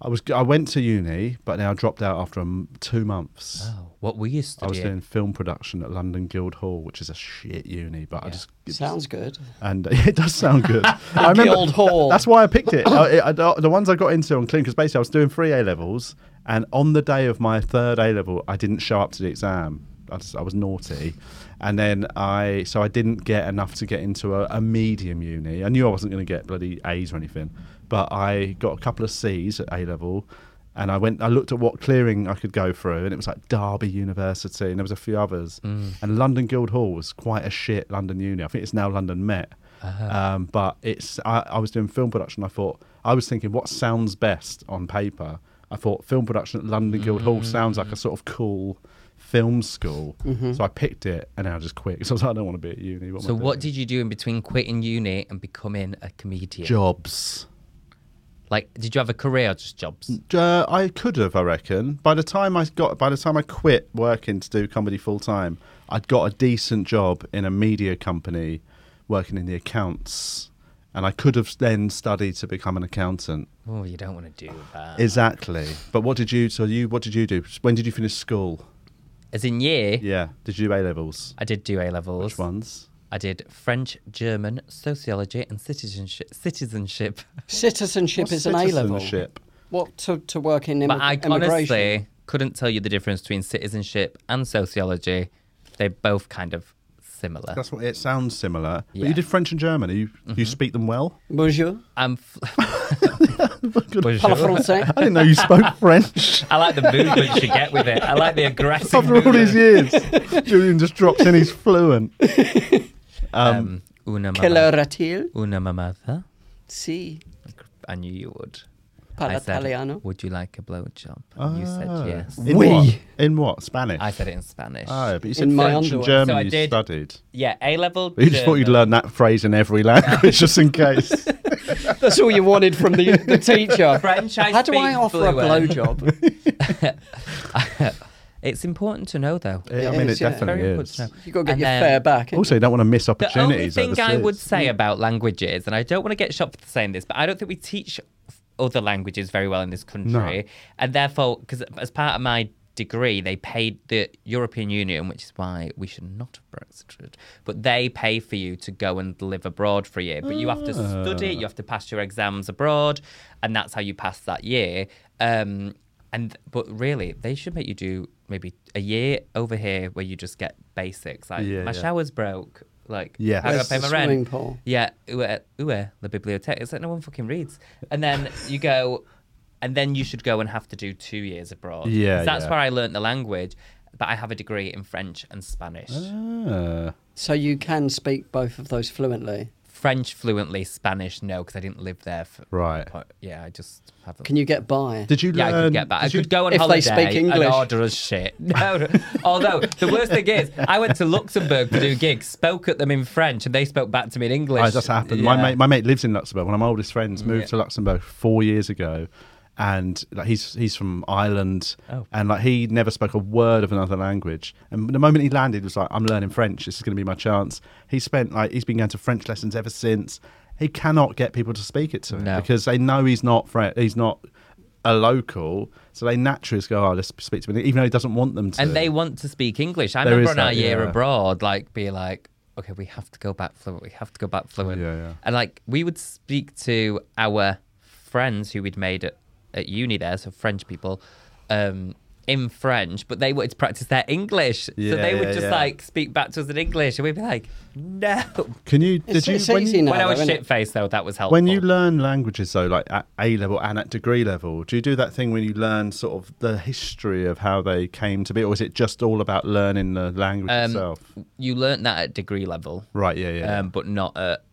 D: I was I went to uni, but then I dropped out after um, two months.
F: Oh, what were you
D: I was
F: studying?
D: doing film production at London Guildhall, which is a shit uni, but I just
E: Sounds good.
D: and it does sound good. I remember
E: Guild Hall.
D: That's why I picked it. I, I- the the ones I got into on clean because basically I was doing three A levels, and on the day of my third A level, I didn't show up to the exam. I, just, I was naughty, and then I so I didn't get enough to get into a, a medium uni. I knew I wasn't going to get bloody A's or anything, but I got a couple of C's at A level. And I went. I looked at what clearing I could go through, and it was like Derby University, and there was a few others.
E: Mm.
D: And London Guildhall was quite a shit
F: Uh-huh.
D: London uni. I think it's now London Met. Um, but it's I, I was doing film production. I thought I was thinking, what sounds best on paper? I thought film production at London Guildhall sounds
F: Mm.
D: like a sort of cool film school. So I picked it and then I just quit. So I was like, I don't want to be at uni. What am
F: Mm-hmm. So
D: I
F: what
D: doing?
F: did you do in between quitting uni and becoming a comedian?
D: jobs?
F: Like, did you have a career or just jobs?
D: Uh, I could have, I reckon. By the time I got, by the time I quit working to do comedy full time, I'd got a decent job in a media company, working in the accounts, and I could have then studied to become an accountant.
F: Oh, you don't want to do that.
D: Exactly. But what did you? So you, what did you do? When did you finish school?
F: As in year,
D: Yeah. Did you do A levels?
F: I did do A levels.
D: Which ones?
F: I did French, German, sociology, and citizenship. Citizenship.
E: Citizenship
D: What's
E: is an A level.
D: citizenship?
E: What to, to work in
F: But I
E: immi- immigration?
F: honestly couldn't tell you the difference between citizenship and sociology. They're both kind of similar.
D: That's what it sounds similar. But
F: Yeah. Mm-hmm.
D: you did French and German. You you speak them well.
E: Bonjour.
F: I'm. F-
E: Parle
F: Bonjour.
E: français.
D: I didn't know you spoke French.
F: I like the movement you get with it. I like the aggressive.
D: After all these
F: movement.
D: years, Julian just drops in. He's fluent.
F: Um, una
E: Quelle
F: mamma.
E: heure est-il?
F: Una mamata.
E: Si.
F: I knew you would.
E: Parla
F: I said,
E: italiano.
F: Would you like a blowjob? And Um, you said
D: Ah.
F: yes.
D: In
E: Oui.
D: what? In what? Spanish.
F: I said it in Spanish.
D: Oh, but you said
E: In my
D: French and
E: underwear.
D: German.
F: So I
D: you
F: did-
D: studied.
F: Yeah, A level.
D: You just thought you'd learn that phrase in every language, just in case.
E: That's all you wanted from the, the teacher.
F: French, I
E: How do I
F: speak
E: offer
F: fluent.
E: a blowjob?
F: It's important to know, though.
D: I mean, it
E: is, yeah.
D: definitely
F: Very good
D: is.
F: to know.
E: You've got to get
F: And
E: your
F: then-
E: fare back.
D: Also, you don't want to miss
F: The only
D: opportunities.
F: thing I
D: overseas.
F: would say about languages, and I don't want to get shot for saying this, but I don't think we teach f- other languages very well in this country. And therefore, because as part of my degree, they paid the European Union, which is why we should not have Brexited, but they pay for you to go and live abroad for a year. But you have to study, you have to pass your exams abroad, and that's how you pass that year. Um, and but really, they should make you do maybe a year over here where you just get basics like
D: Yeah,
F: my
D: yeah.
F: shower's broke, like
D: Yes.
F: how do I
D: Where's
F: pay
E: the
F: my
E: swimming
F: rent?
E: pool?
F: Yeah, uwe, uwe, the bibliothèque. It's like no one fucking reads. And then you go, and then you should go and have to do two years abroad.
D: Yeah,
F: 'Cause that's
D: yeah.
F: where I learnt the language. But I have a degree in French and Spanish.
D: Ah.
E: So you can speak both of those fluently.
F: French fluently, Spanish no, because I didn't live there. For,
D: Right.
F: but yeah, I just haven't.
E: Can you get by?
D: Did you
F: yeah,
D: learn?
F: I could get that. I
D: did you-
F: could go on
E: if they
F: holiday
E: speak English.
F: and order us shit. No, although the worst thing is, I went to Luxembourg to do gigs, spoke at them in French, and they spoke back to me in English.
D: Oh, that's happened. My
F: Yeah.
D: mate, my mate lives in Luxembourg. One of my oldest friends moved to Luxembourg four years ago, and like, he's he's from Ireland,
F: Oh.
D: and like he never spoke a word of another language. And the moment he landed, he was like, "I'm learning French. This is going to be my chance." He spent like he's been going to French lessons ever since. He cannot get people to speak it to him
F: No.
D: because they know he's not French. He's not a local, so they naturally just go, "Oh, let's speak to me," even though he doesn't want them to.
F: And they want to speak English. I
D: There
F: remember
D: is
F: on our
D: that,
F: year
D: yeah.
F: abroad, like, be like, okay, we have to go back fluent. We have to go back fluent.
D: Yeah, yeah.
F: And like, we would speak to our friends who we'd made at, at uni there, so French people, um, in French, but they wanted to practice their English. so
D: Yeah,
F: they would
D: yeah,
F: just
D: yeah.
F: like speak back to us in English. And we'd be like, no.
D: Can you? Did
E: It's-
D: you?
E: it's
D: when you-
E: easy now.
F: when I
E: though,
F: was
E: isn't it?
F: shit faced, though, that was helpful.
D: When you learn languages, though, like at A level and at degree level, do you do that thing when you learn sort of the history of how they came to be, or is it just all about learning the language
F: Um,
D: itself?
F: you learnt that at degree level.
D: Right, yeah, yeah.
F: Um, but not at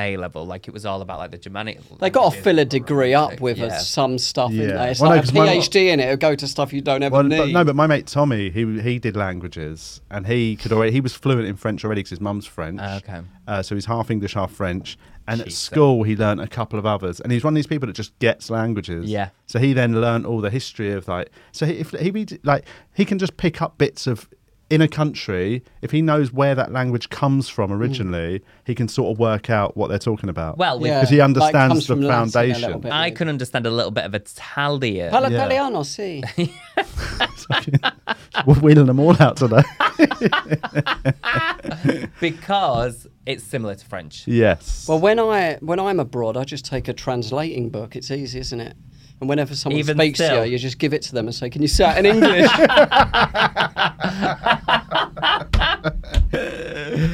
F: A level. Like it was all about like the Germanic.
E: They got to
F: languages.
E: fill a degree up with
F: Yeah.
E: some stuff, yeah.
D: Yeah.
E: they? It's
D: Well, no,
E: like a
D: 'cause my-
E: PhD in it. It'll go to stuff you don't ever
D: well, but,
E: need.
D: no, but my mate Tommy, he he did languages, and he could already he was fluent in French already because his mum's French.
F: Ah, okay.
D: Uh, so he's half English, half French. And at
F: Jesus.
D: school, he learnt a couple of others, and he's one of these people that just gets languages.
F: Yeah.
D: So he then learnt all the history of like. So he, if he be like, he can just pick up bits of in a country if he knows where that language comes from originally, he can sort of work out what they're talking about.
F: Mm. Well, we-
E: Yeah,
D: 'Cause he understands
E: comes
D: the
E: from Latin a
D: foundation.
E: little bit,
F: I
E: like.
F: can understand a little bit of Italian.
E: Parla
D: Yeah.
E: italiano, si.
D: we're wheeling them all out today.
F: because it's similar to French.
D: yes.
E: Well, when I when I'm abroad, I just take a translating book. It's easy, isn't it? And whenever someone
F: Even
E: speaks
F: still.
E: to you, you just give it to them and say, "Can you say it in English?"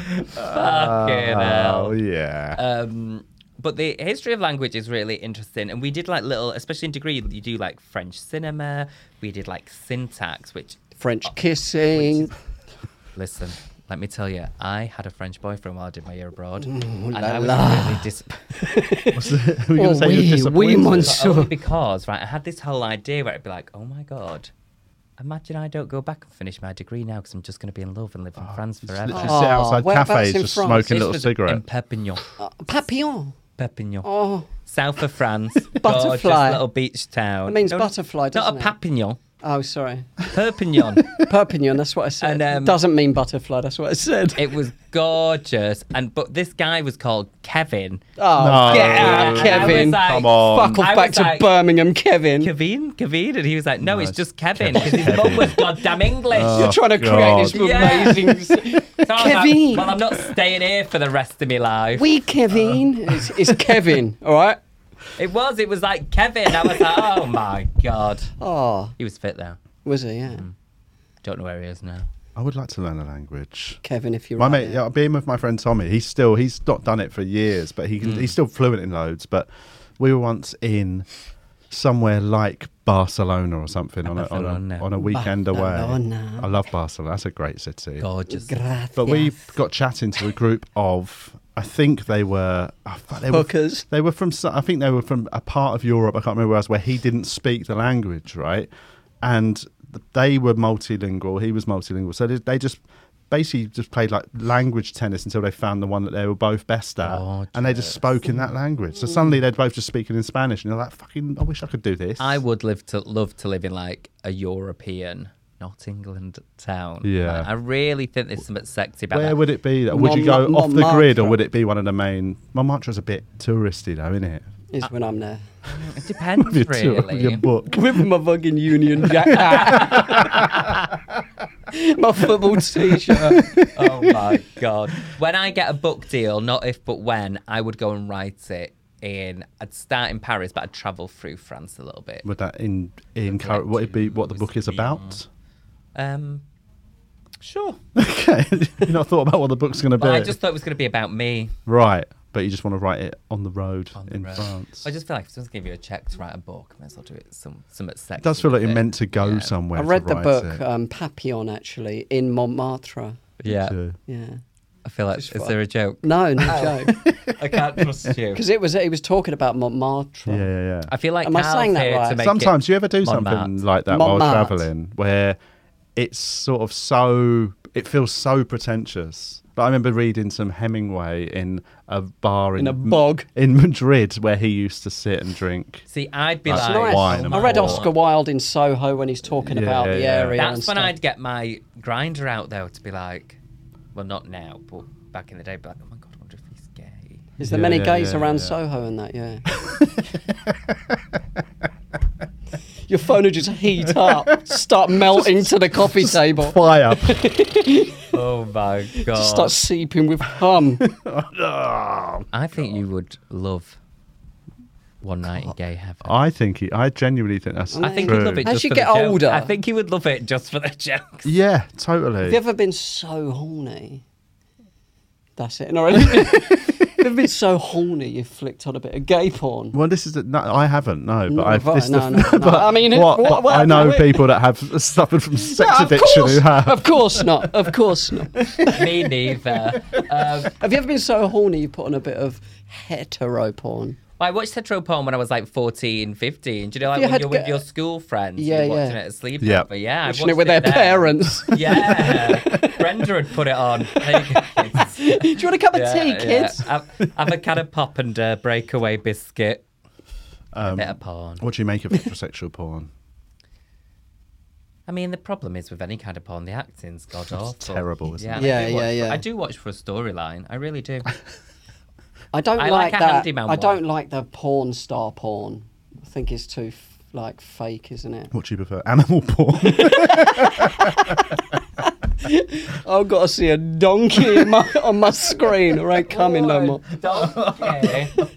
F: Fucking hell.
D: oh yeah.
F: Um, but the history of language is really interesting, and we did like little, especially in degree, you do like French cinema. We did like syntax, which
E: French kissing.
F: listen, Let me tell you, I had a French boyfriend while I did my year abroad, and
E: la
F: I was
E: la.
F: really disappointed.
D: Were you going
E: Oh,
D: to say
E: we- we
D: you're disappointed?
E: monster.
F: But only because, right, I had this whole idea where it'd be like, oh my God, imagine I don't go back and finish my degree now because I'm just going to be in love and live in France
D: Just
F: forever.
D: literally
E: Oh,
D: sit outside
E: whereabouts
D: cafes
E: in
D: just
E: France?
D: smoking
F: This
D: little
F: was In
D: cigarettes.
F: Perpignan.
E: Uh, Papillon.
F: Perpignan.
E: Oh,
F: South of France.
E: Butterfly.
F: Gorgeous little beach town.
E: It means
F: No,
E: butterfly,
F: Not
E: doesn't
F: a
E: it?
F: Papignon.
E: oh, sorry.
F: Perpignan.
E: Perpignan. That's what I said.
F: And, um,
E: Doesn't mean butterfly. That's what I said.
F: it was gorgeous. And But this guy was called Kevin.
E: oh,
D: No.
E: get out,
D: Yeah,
E: Kevin.
F: I was like,
D: Come on.
E: Fuck off
F: I
E: back
F: was
E: to
F: like-
E: Birmingham, Kevin.
F: Kevin, Kevin, and he was like, "No,
D: Nice.
F: it's just Kevin."
D: Kevin. Oh.
F: Because his mum was goddamn English.
E: You're trying to create this
D: God.
F: Yeah.
E: amazing.
F: So I was like,
E: Kevin.
F: well, I'm not staying here for the rest of my life.
E: We Kevin. It's, it's Kevin. All right.
F: It was. It was like Kevin. I was like, oh my god.
E: Oh,
F: He was fit though.
E: was he? Yeah.
D: Hmm.
F: Don't know where he is now.
D: I would like to learn a language.
E: Kevin, if you're
D: My
E: right
D: mate,
E: there.
D: yeah, being with my friend Tommy, he's still he's not done it for years, but he can, he's still fluent in loads. But we were once in somewhere like Barcelona or something on a, on
F: Barcelona.
D: a, on a weekend
E: Barcelona.
D: away. I love Barcelona; that's a great city.
F: Gorgeous.
E: Gracias.
D: But we got chatting to a group of, I think they were, oh, fuck, they were
E: hookers.
D: they were from. so- I think they were from a part of Europe. I can't remember where else where he didn't speak the language, right? And th- they were multilingual. He was multilingual. So they, they just basically just played like language tennis until they found the one that they were both best at,
E: Oh,
D: and they just spoke in that language. So suddenly they'd both just speaking in Spanish, and you're like, "Fucking, I wish I could do this."
F: I would live to love to live in like a European, not England town.
D: Yeah.
F: Like, I really think there's something sexy about
D: Where
F: that.
D: would it be? though? Would you
E: Mon-
D: go off the grid, or
E: Montmartre.
D: would it be one of the main? Montmartre's a bit touristy, though, isn't it?
E: Is when I'm there.
F: It depends
D: With your tour- with
F: really.
D: your book.
E: With my fucking union jacket. my football t shirt.
F: oh my god! When I get a book deal, not if but when, I would go and write it in. I'd start in Paris, but I'd travel through France a little bit.
D: Would that in in current, what it be? What the book is about?
F: Um, sure.
D: Okay, you not thought about what the book's going to be,
F: But I just thought it was going to be about me.
D: right? But you just want to write it on the road
F: the
D: in
F: road.
D: France.
F: I just feel like if someone's giving you a check to write a book, I might as well do it some some at sex.
D: it does feel like you're meant to go
F: Yeah.
D: somewhere.
E: I read
D: to
E: the
D: write
E: book
D: it.
E: um, Papillon actually in Montmartre.
F: Yeah,
D: So-
E: Yeah.
F: I feel like
E: Just
F: is
E: fun.
F: there a joke?
E: No, no joke.
F: I can't trust you.
E: Because it was he was talking about Montmartre.
D: yeah, yeah,
F: I feel like
E: Am I
F: Carl's
E: saying that
F: here to
E: right?
F: make it
D: Sometimes you ever do something
F: Montmartre.
D: like that while
E: Montmartre.
D: traveling, where it's sort of so it feels so pretentious. But I remember reading some Hemingway in a bar in,
E: In a bog.
D: in Madrid where he used to sit and drink.
F: See, I'd be
D: That's
F: like,
E: Nice.
D: Wine and
E: I read
D: wine.
E: Oscar Wilde in Soho when he's talking
D: Yeah,
E: about the
D: yeah.
E: area. and
F: That's when
E: stuff.
F: I'd get my grinder out though to be like, well, not now, but back in the day, be like, oh my god, I wonder if he's gay.
E: Is there
D: Yeah,
E: many
D: yeah,
E: gays
D: yeah,
E: around
D: yeah.
E: Soho and that? Yeah. Your phone would just heat up, start melting to the coffee table,
D: Fire.
F: Oh my god!
E: just start seeping with hum.
F: I think you would love one night in gay heaven.
D: I think he, I genuinely think that's.
F: I think
D: true.
F: you'd love it
E: As
F: just
E: you
F: for
E: get
F: the joke.
E: older-
F: I think you would love it just for the jokes.
D: Yeah, totally.
E: Have you ever been so horny? That's it. No, really. Have you ever been so horny you flicked on a bit of gay porn?
D: Well, this is the, no, I haven't no, but
E: Not
D: I've
E: right,
D: this
E: no,
D: the,
E: no, no.
D: but
E: I mean, it-
D: what-
E: what-
D: but I
E: what-
D: know
E: what-
D: people that have suffered from sex
E: Yeah, of
D: addiction who
E: course,
D: have.
E: of course not. Of course not.
F: Me neither. Um,
E: Have you ever been so horny you put on a bit of hetero porn?
F: I watched hetero porn when I was like 14, 15. Do you know, like
E: You
F: when
E: had
F: you're with
E: ge-
F: your school friends,
E: Yeah,
F: you're watching
E: yeah.
F: it asleep.
D: Yeah.
F: But yeah, I
E: Watching it
F: watched
E: with their
F: then.
E: parents.
F: Yeah, Brenda would put it on. There you go, kids.
E: Do you want a cup of
F: Yeah,
E: tea,
F: yeah.
E: kids?
F: Av- avocado pop and a breakaway biscuit. a bit of porn.
D: Um, What do you make of heterosexual porn?
F: I mean, the problem is with any kind of porn, the acting's god awful.
D: terrible, isn't
F: yeah,
D: it?
F: I
E: Yeah,
F: do watch
E: yeah,
F: for-
E: yeah.
F: I do watch for a storyline. I really do.
E: I don't
F: I
E: like,
F: like a
E: that.
F: handyman
E: I
F: one.
E: don't like the porn star porn. I think it's too f- like fake, isn't it?
D: What do you prefer, animal porn?
E: I've got to see a donkey in my, on my screen or ain't coming no more.
F: Donkey. Oh,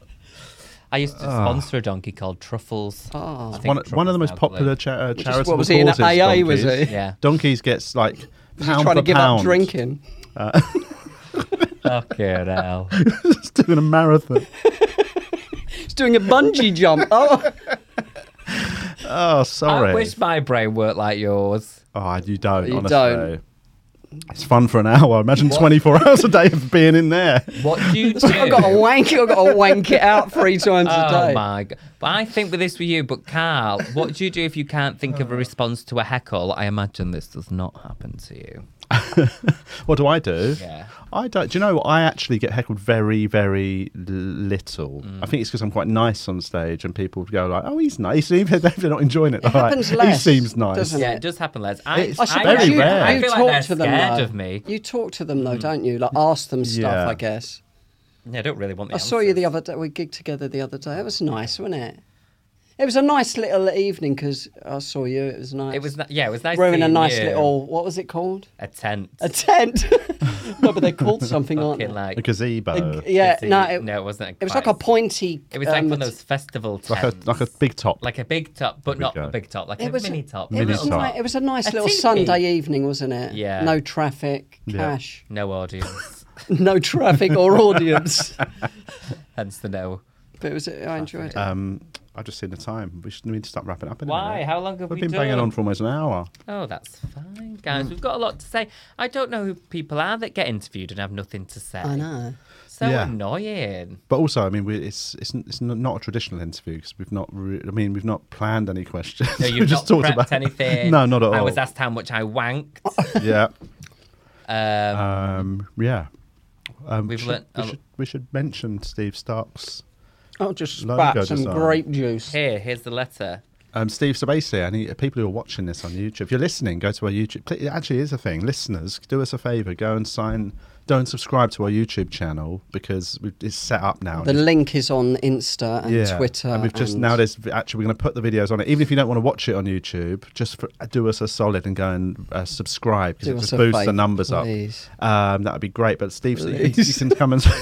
F: I used to sponsor a donkey called Truffles.
E: Ah.
F: I think
D: Ah. one, one of the most
F: Truffles
D: popular
F: now, probably.
D: cha- uh,
E: is-
D: charitable
E: what was he in
D: causes,
E: AA, was
D: donkeys.
E: he?
F: Yeah.
D: Donkeys gets like pound
E: Trying
D: for
E: to give
D: pound.
E: up drinking.
F: Fucking hell.
D: Just doing a marathon.
E: He's doing a bungee jump. Oh,
D: Oh, sorry.
F: I wish my brain worked like yours.
D: Oh, you don't.
E: You
D: honestly.
E: don't.
D: It's fun for an hour. Imagine 24 hours a day of being in there.
F: What do you do?
E: I've got to wank it. I've got to wank it out three times a
F: Oh
E: day.
F: my god! But I think with this with you, but Carl, what do you do if you can't think
E: Uh.
F: of a response to a heckle? I imagine this does not happen to you.
D: What do I do?
F: Yeah.
D: I don't. Do you know? I actually get heckled very, very little. I
F: Mm.
D: think it's because I'm quite nice on stage, and people go like, "Oh, he's nice." Even if they're not enjoying it, they're like,
E: happens less,
D: He seems nice.
E: doesn't
F: Yeah, it does happen, Les. I,
D: It's
F: I,
D: very
F: feel-
D: rare.
F: I
E: You
F: feel
E: talk
F: like they're
E: to them,
F: scared
E: though.
F: of me.
E: You talk to them though, don't you? Like ask them stuff.
D: Yeah.
E: I guess.
F: Yeah, I don't really want. The
E: I saw you the
F: answers.
E: other day. We gigged together the other day. It was nice, wasn't it? It was a nice little evening because I saw you. It was nice.
F: It was ni- yeah, it was nice.
E: We're in a
F: seeing
E: nice
F: you.
E: little. What was it called?
F: a tent.
E: A tent. no, but they're called something, aren't they?
F: Fucking like
D: A gazebo.
E: A g- yeah,
F: busy-
E: no, it,
F: no, it wasn't.
E: It was
F: quite-
E: like a pointy.
F: It was like
E: um,
F: one of those festival
D: like a
F: tents,
D: like a big top.
F: like a big top, but
D: we
F: not
D: go.
F: a big top, like a
E: It was
F: mini top.
E: It was,
D: Mini top.
E: ni- it was a nice
F: A
E: little
F: teepee.
E: Sunday evening, wasn't it?
F: Yeah.
E: No traffic,
D: Yeah.
E: cash,
F: No audience,
E: no traffic or audience.
F: hence the no.
E: But it was. I enjoyed it.
D: um, I've just seen the time. We should we need to start wrapping up. in a
F: Why?
D: minute.
F: How long have
D: We've
F: we
D: been banging
F: done?
D: on for almost an hour.
F: Oh, that's fine, guys.
E: Hmm.
F: We've got a lot to say. I don't know who people are that get interviewed and have nothing to say.
E: I know.
F: So
D: Yeah.
F: annoying.
D: But also, I mean, we, it's it's n- it's n- not a traditional interview because we've not. Re- I mean, we've not planned any questions.
F: No,
D: We've
F: you've
D: just
F: not
D: talked
F: prepped
D: about
F: anything.
D: No, not at all.
F: I was asked how much I wanked.
D: Yeah.
F: Um,
D: Um, yeah. Um,
F: We've
D: should-
F: learnt
D: we,
F: a-
D: should, we should mention Steve Stark's.
E: I'll just
D: Logo
E: spat some
D: design.
E: grape juice.
F: here, here's the letter.
D: Um, Steve, so basically, I need people who are watching this on YouTube. If you're listening, go to our YouTube. pl- It actually is a thing. Listeners, do us a favor. Go and sign. Go and subscribe to our YouTube channel because we- it's set up now.
E: The link is on Insta and Twitter.
D: And we've just
E: and-
D: now there's v- actually we're going to put the videos on it. Even if you don't want to watch it on YouTube, just for, do us a solid and go and uh, subscribe because
E: Do
D: it
E: us
D: just
E: a
D: boosts the
E: favour,
D: numbers
E: please.
D: up. Um, that would be great. But Steve, so you, you
E: Please.
D: can come and.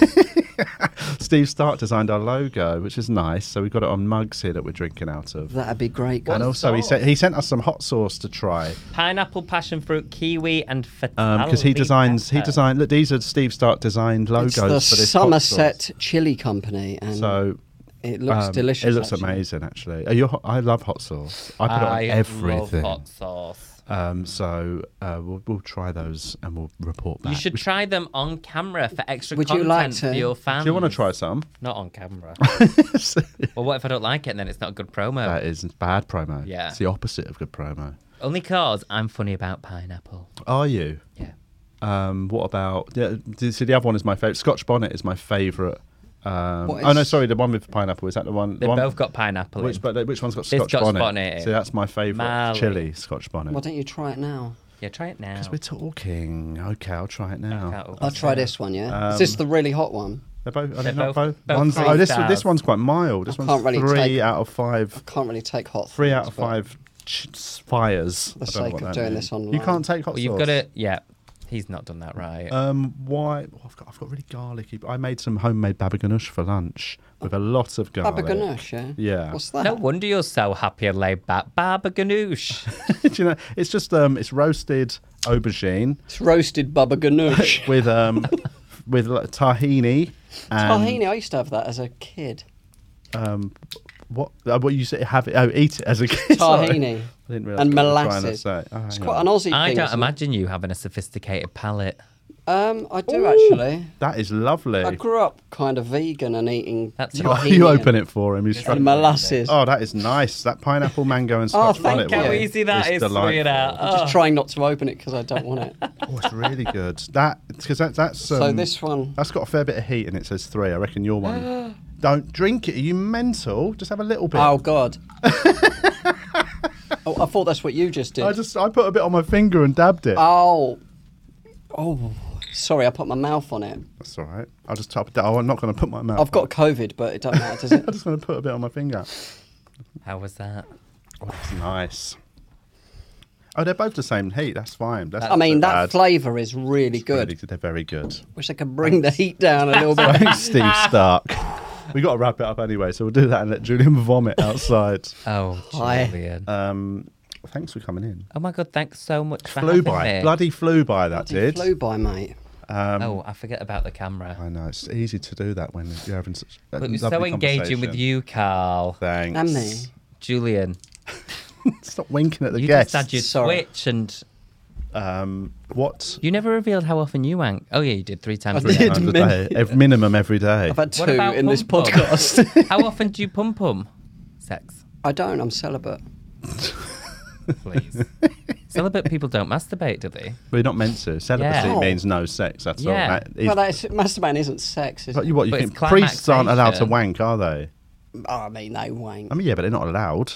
D: Steve Stark designed our logo, which is nice. So we've got it on mugs here that we're drinking out of.
E: That'd be great.
D: and
E: guys.
D: also, he sent he sent us some hot sauce to try
F: Pineapple, passion fruit, kiwi, and fatal.
D: because Um, he designs he designed look these are Steve Stark designed logos
E: It's the
D: for this hot sauce.
E: Somerset Chili Company, and
D: So
E: it looks
D: Um,
E: delicious.
D: It looks
E: actually.
D: amazing, actually. Are you, hot- I love hot sauce. I put
F: I
D: it on everything.
F: love hot sauce.
D: Um, so uh, we'll, we'll try those and we'll report back.
F: You should try them on camera for extra
E: Would you
F: content
E: like
F: for
E: to?
F: your fans.
D: Do you want to try some?
F: Not on camera.
D: that
F: well, what if I don't like it? and Then it's not good promo.
D: is bad promo.
F: Yeah.
D: It's the opposite of good promo.
F: Only cause I'm funny about pineapple.
D: Are you?
F: Yeah.
D: Um, what about? Yeah, d- so the other one is my favorite. Scotch bonnet is my favorite. Um,
E: What
D: oh no,
E: is-
D: sorry, the one with pineapple is that the one?
F: They've
D: one-
F: both got pineapple.
D: Which,
F: in.
D: but which one's got
F: This
D: Scotch
F: Scotch
D: bonnet?
F: bonnet.
D: So that's my favorite
F: Marley.
D: chili Scotch bonnet.
E: Why don't you try it now?
F: Yeah, try it now.
D: Because we're talking. Okay, I'll try it now.
F: Can't open
E: I'll
F: it.
E: try this one. Yeah,
D: Um,
E: is this the really hot one?
D: They're both. Are they
F: They're
D: not
F: both-
D: both?
F: both
D: one's,
F: three
D: oh, this
F: stars.
D: this one's quite mild. This
E: I
D: one's
E: can't really
D: three
E: take-
D: out of five.
E: Can't really take hot.
D: Three
E: things,
D: out of
E: but-
D: five ch- fires. I
E: the
D: don't know
E: sake
D: what
E: of
D: that
E: doing
D: means.
E: this online.
D: You can't take hot
F: Well, you've
D: sauce.
F: got to. Yeah, he's not done that right.
D: Um, why? oh, I've got I've got really garlicky. I made some homemade baba ganoush for lunch with a lot of garlic.
E: Baba ganoush. Yeah.
D: Yeah.
E: What's that?
F: no wonder you're so happy and laid back. Baba ganoush.
D: Do you know, it's just um, it's roasted aubergine
E: It's roasted baba ganoush.
D: with um, with like, tahini and
E: Tahini. I used to have that as a kid.
D: um, what uh, what you say have it? Oh, eat it as a kid. sorry.
E: Tahini
D: I didn't realize
E: and
D: it's
E: molasses. it's quite an Aussie
F: I
E: thing.
F: don't
E: isn't it?
F: imagine you having a sophisticated palate.
E: Um, I do actually.
D: That is lovely.
E: I grew up kind of vegan and eating.
F: That's
D: You,
E: tahini
D: you
E: and-
D: open it for him. He's
E: and
D: struggling.
E: molasses. Oh,
D: Oh, that is nice. That pineapple, mango, and scotch
E: thank
D: bonnet
E: you.
D: one
E: How
F: easy that is,
D: delightful.
F: sweetheart.
E: I'm just trying not to open it because I don't want it.
D: Oh, it's really good. That because that, that's um,
E: so this one,
D: that's got a fair bit of heat, and it says three. I reckon your one. Don't drink it. Are you mental? Just have a little bit.
E: oh god. oh, I thought that's what you just did.
D: I just I put a bit on my finger and dabbed it.
E: Oh, oh, sorry, I put my mouth on it.
D: That's all right. I'll just top it down. Oh, I'm not going to put my mouth.
E: I've got COVID, but it don't matter, does it?
D: I'm just going to put a bit on my finger.
F: How was that?
D: Oh, that's nice. Oh, they're both the same heat. That's fine. That's
E: I mean, that
D: flavor.
E: flavour is really good.
D: they're very good.
E: Wish I could bring the heat down a little bit.
D: Thanks, Steve Stark. We got to wrap it up anyway, so we'll do that and let Julian vomit outside.
F: Oh,
E: Hi.
F: Julian.
D: Um, thanks for coming in.
F: oh my god, thanks so much for
D: Flew
F: having
D: by,
F: me.
D: bloody flew by. That
E: Bloody
D: did.
E: Flew by, mate.
F: oh, I forget about the
D: I
F: camera.
D: know it's easy to do that when you're having such. a
F: But it was so
D: lovely
F: engaging with
D: conversation.
F: you, Carl.
D: Thanks.
E: And me.
F: Julian,
D: Stop winking at the
F: you
D: guests.
F: just had your
E: Sorry.
F: Twitch and
D: Um, what?
F: You never revealed how often you wank. Oh yeah, you did three times.
E: I
F: a
E: did.
F: day.
D: Times a
E: min-
D: day, ev- minimum every day.
E: I've had two
F: What about
E: in this
F: pom-pom?
E: podcast.
F: How often do you pum pum? Sex,
E: I don't. I'm celibate.
F: please. Celibate people don't masturbate, do they?
D: We're not meant to. Celibacy
E: Yeah.
D: means no sex. That's
F: Yeah.
D: all. That is,
E: well, that's, masturbating isn't sex, is
D: but
E: it?
D: you, what, you
F: But
D: think
F: it's
D: priests aren't allowed to
F: climaxation.
D: wank, are they?
E: Oh, I mean, they wank.
D: I mean, yeah, but they're not allowed.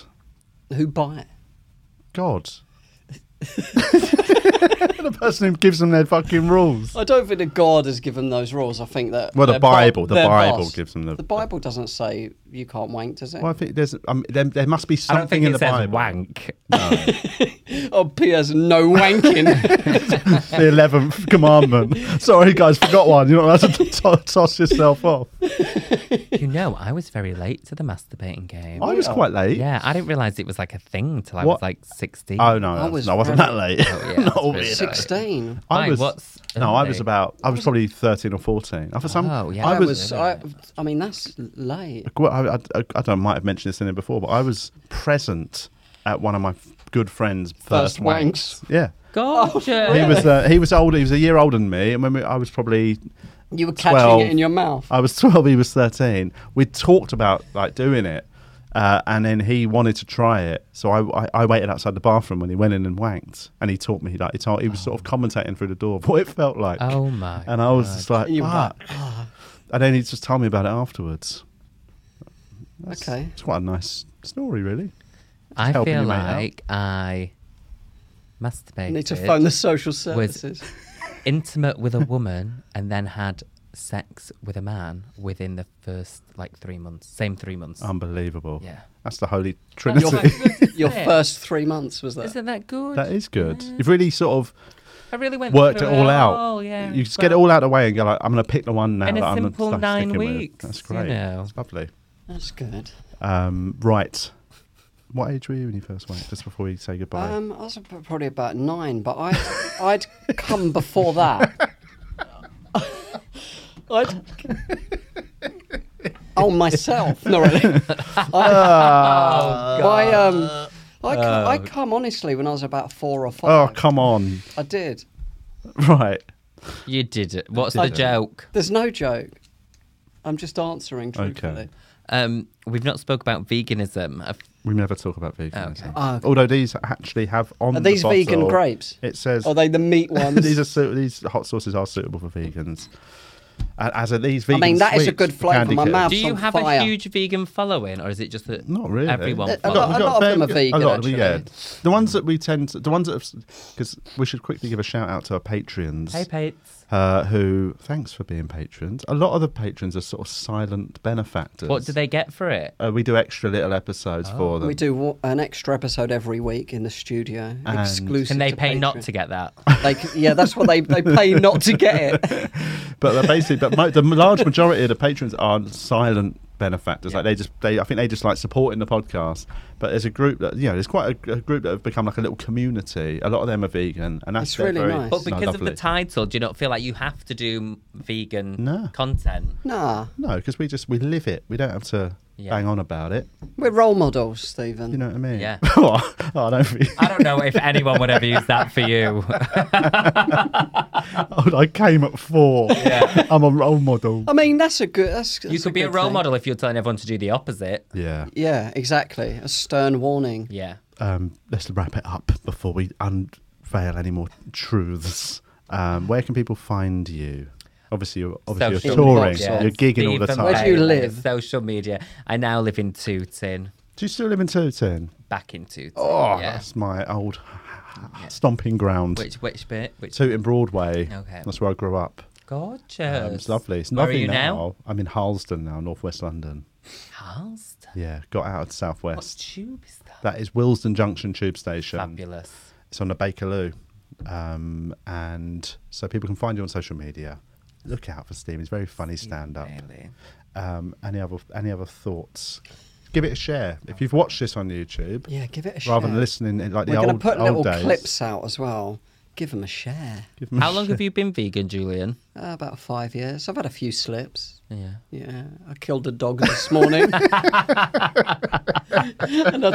E: Who buy it?
D: God. the person who gives them their fucking rules.
E: I don't think that God has given those rules. I think that
D: Well, the
E: their bo-
D: Bible- the
E: their
D: Bible gives them the-
E: The Bible doesn't say you can't wank, does it?
D: Well, I think there's um, there, there must be
F: I
D: something
F: don't think
D: in
F: it
D: the
F: says
D: Bible.
F: wank.
E: Oh, P.S. No wanking.
D: the eleventh commandment. Sorry, guys, forgot one. You're not allowed to to- toss yourself off.
F: you know, I was very late to the masturbating game.
D: I was quite late.
F: Yeah, I didn't realize it was like a thing till I
D: What?
F: was like 16.
D: Oh no, I, was
E: was
D: no, I wasn't
E: very-
D: that late.
F: yeah,
D: Not
F: that's
D: all
F: really
D: weird.
F: late.
E: Sixteen.
D: I
F: Fine,
D: was.
F: what's
D: no, I was
F: early?
D: about. I was probably thirteen or fourteen. For some,
F: Oh, yeah.
D: I
E: I
D: was.
E: was. I, I mean, that's late.
D: well, I, I, I don't. Might have mentioned this in it before, but I was present at one of my f- good friends' first,
E: First wanks.
D: Yeah.
E: Oh,
F: Gorgeous.
D: He was uh, he was older. He was a year older than me, and when we, I was probably
E: You were catching
D: 12.
E: it in your mouth.
D: I was 12, he was 13. We talked about like doing it, uh, and then he wanted to try it. So I, I, I waited outside the bathroom when he went in and wanked, and he taught me like he, told, he was sort of commentating through the door what it felt like.
F: Oh, my
D: And I was just like,
E: And you were
D: fuck. And then he just told me about it afterwards.
E: Okay.
D: It's quite a nice story, really.
F: I
D: helping
F: feel
D: your mate out.
F: like I masturbated.
E: You need to phone the social services.
F: intimate with a woman and then had sex with a man within the first like three months. Same three months.
D: Um, Unbelievable.
F: Yeah.
D: That's the holy
E: Your,
D: trinity.
E: your
F: Yeah.
E: first three months was that?
F: Isn't that good?
D: that is good. You've really sort of
F: I really went
D: worked it
F: through
D: all out.
F: all, Oh, yeah.
D: you just get it all out of the way and go like, I'm going to pick the one now
F: In a
D: that I'm
F: simple
D: stuck
F: nine
D: sticking
F: weeks,
D: With. That's
F: you
D: great.
F: know.
D: It's lovely.
E: That's good.
D: Um, right. What age were you when you first went? Just before we say goodbye.
E: Um, I was ab- probably about nine, but I I'd come before that. I'd... Oh, myself, not really. I, I, um, I, c- I come honestly when I was about four or
D: oh
E: five.
D: come on!
E: I did.
D: Right.
F: You did it. What's
D: I
F: the
D: did it.
F: joke?
E: There's no joke. I'm just answering truthfully.
F: Um, we've not spoke about veganism. I've-
D: We never talk about veganism.
F: Okay.
E: Oh, okay.
D: Although these actually have on
E: Are
D: the
E: these vegan
D: bottle,
E: grapes?
D: It says
E: Are they the meat ones?
D: these are su- these hot sauces are suitable for vegans. A- As are these
E: I
D: vegan.
E: mean, that is a
D: sweets
E: good
D: for
E: flavour.
D: candy
E: My
D: kids.
E: mouth-
F: Do you
E: on
F: have
E: fire.
F: a huge vegan following, or is it just that
D: Not really.
F: everyone?
E: A- a
D: We've
E: lot-
D: we've
F: follows?
E: lot of
D: very-
E: them are vegan,
D: A lot of them, yeah.
E: actually.
D: The ones that we tend, to, the ones that, because we should quickly give a shout out to our patrons.
F: Hey, Pates.
D: uh, who thanks for being patrons. A lot of the patrons are sort of silent benefactors.
F: What do they get for it?
D: Uh, we do extra little episodes for them.
E: Oh, We do wa- an extra episode every week in the studio,
D: And-
E: exclusive.
F: Can they
E: to
F: pay not
E: Patreon.
F: to get that?
E: They c- yeah, that's what they, they pay not to get it.
D: but they're basically, but mo- the large majority of the patrons are silent benefactors. Like they just, they I think they just like supporting the podcast. But there's a group that you know, there's quite a, a group that have become like a little community. A lot of them are vegan, and that's
E: It's
D: they're
E: really
D: very-
E: nice.
F: But because of the
D: lovely.
F: title, do you not feel like you have to do m- vegan
D: No.
F: content?
E: Nah,
D: No, because we just we live it. We don't have to
F: Yeah.
D: bang on about it.
E: we're role models, Stephen.
D: You know what I mean?
F: Yeah.
D: oh, I don't. Think,
F: I don't know if anyone would ever use that for you.
D: I came at four.
F: Yeah. Um,
D: I'm a role model.
E: I mean, that's a good. That's,
F: you
E: that's
F: could be a
E: good
F: role
E: thing.
F: model if you're telling everyone to do the opposite.
D: Yeah.
E: Yeah, exactly. A stern warning.
F: Yeah.
D: um, let's wrap it up before we unveil any more truths. Um, where can people find you? Obviously, you're, obviously you're
F: Social
D: touring.
E: media.
D: You're gigging all the
F: Stephen
D: time.
E: Where do you
F: Bailey,
E: live?
F: Social media. I now live in Tooting,
D: Do you still live in Tooting?
F: back in Tooting.
D: Oh,
F: yeah.
D: that's my old stomping ground.
F: Which which bit? Which
D: Tooting Broadway.
F: Okay.
D: That's where I grew up.
F: gorgeous.
D: Um, it's lovely. It's
F: Where
D: lovely
F: are you
D: now.
F: now?
D: I'm in Harlesden now, northwest London.
F: Harleston.
D: Yeah, got out of
F: What
D: southwest.
F: tube is that?
D: That is Willesden Junction tube station.
F: Fabulous.
D: It's on the Bakerloo. Um, and so people can find you on social media. Look out for Steve. He's very funny stand up.
F: Bailey.
D: Um, any other any other thoughts? Give it a share. If you've watched this on YouTube,
E: Yeah, give it a shot.
D: rather than listening in like the
E: We're going
D: old
E: to put
D: old
E: little
D: days.
E: clips out as well. Give them a share.
D: Give 'em a
F: How long
D: sh-
F: have you been vegan, Julian?
E: Uh, about five years. I've had a few slips.
F: Yeah.
E: Yeah, I killed a dog this morning, and I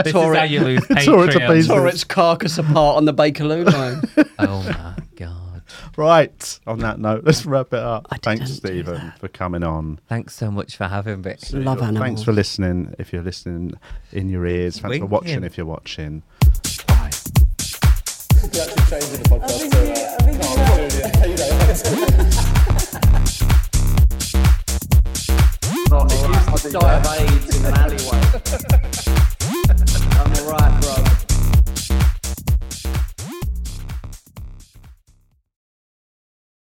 F: This
E: tore
F: is how
E: it,
F: you lose
D: Tore it to
F: Patreon.
D: pieces.
E: tore its carcass apart on the Bakerloo line.
F: oh my god!
D: Right. On that note, let's wrap it up.
E: I
D: Thanks,
E: didn't do
D: Stephen, for coming on.
F: Thanks so much for having me.
E: Love animals.
D: Thanks for listening. If you're listening in your ears, thanks for
F: Winking.
D: watching. If you're watching.
A: We're actually changing the podcast. so, uh, no, I'm not doing it. You know, like I said,
C: Bro, if you die of AIDS in an alleyway, I'm alright, bro.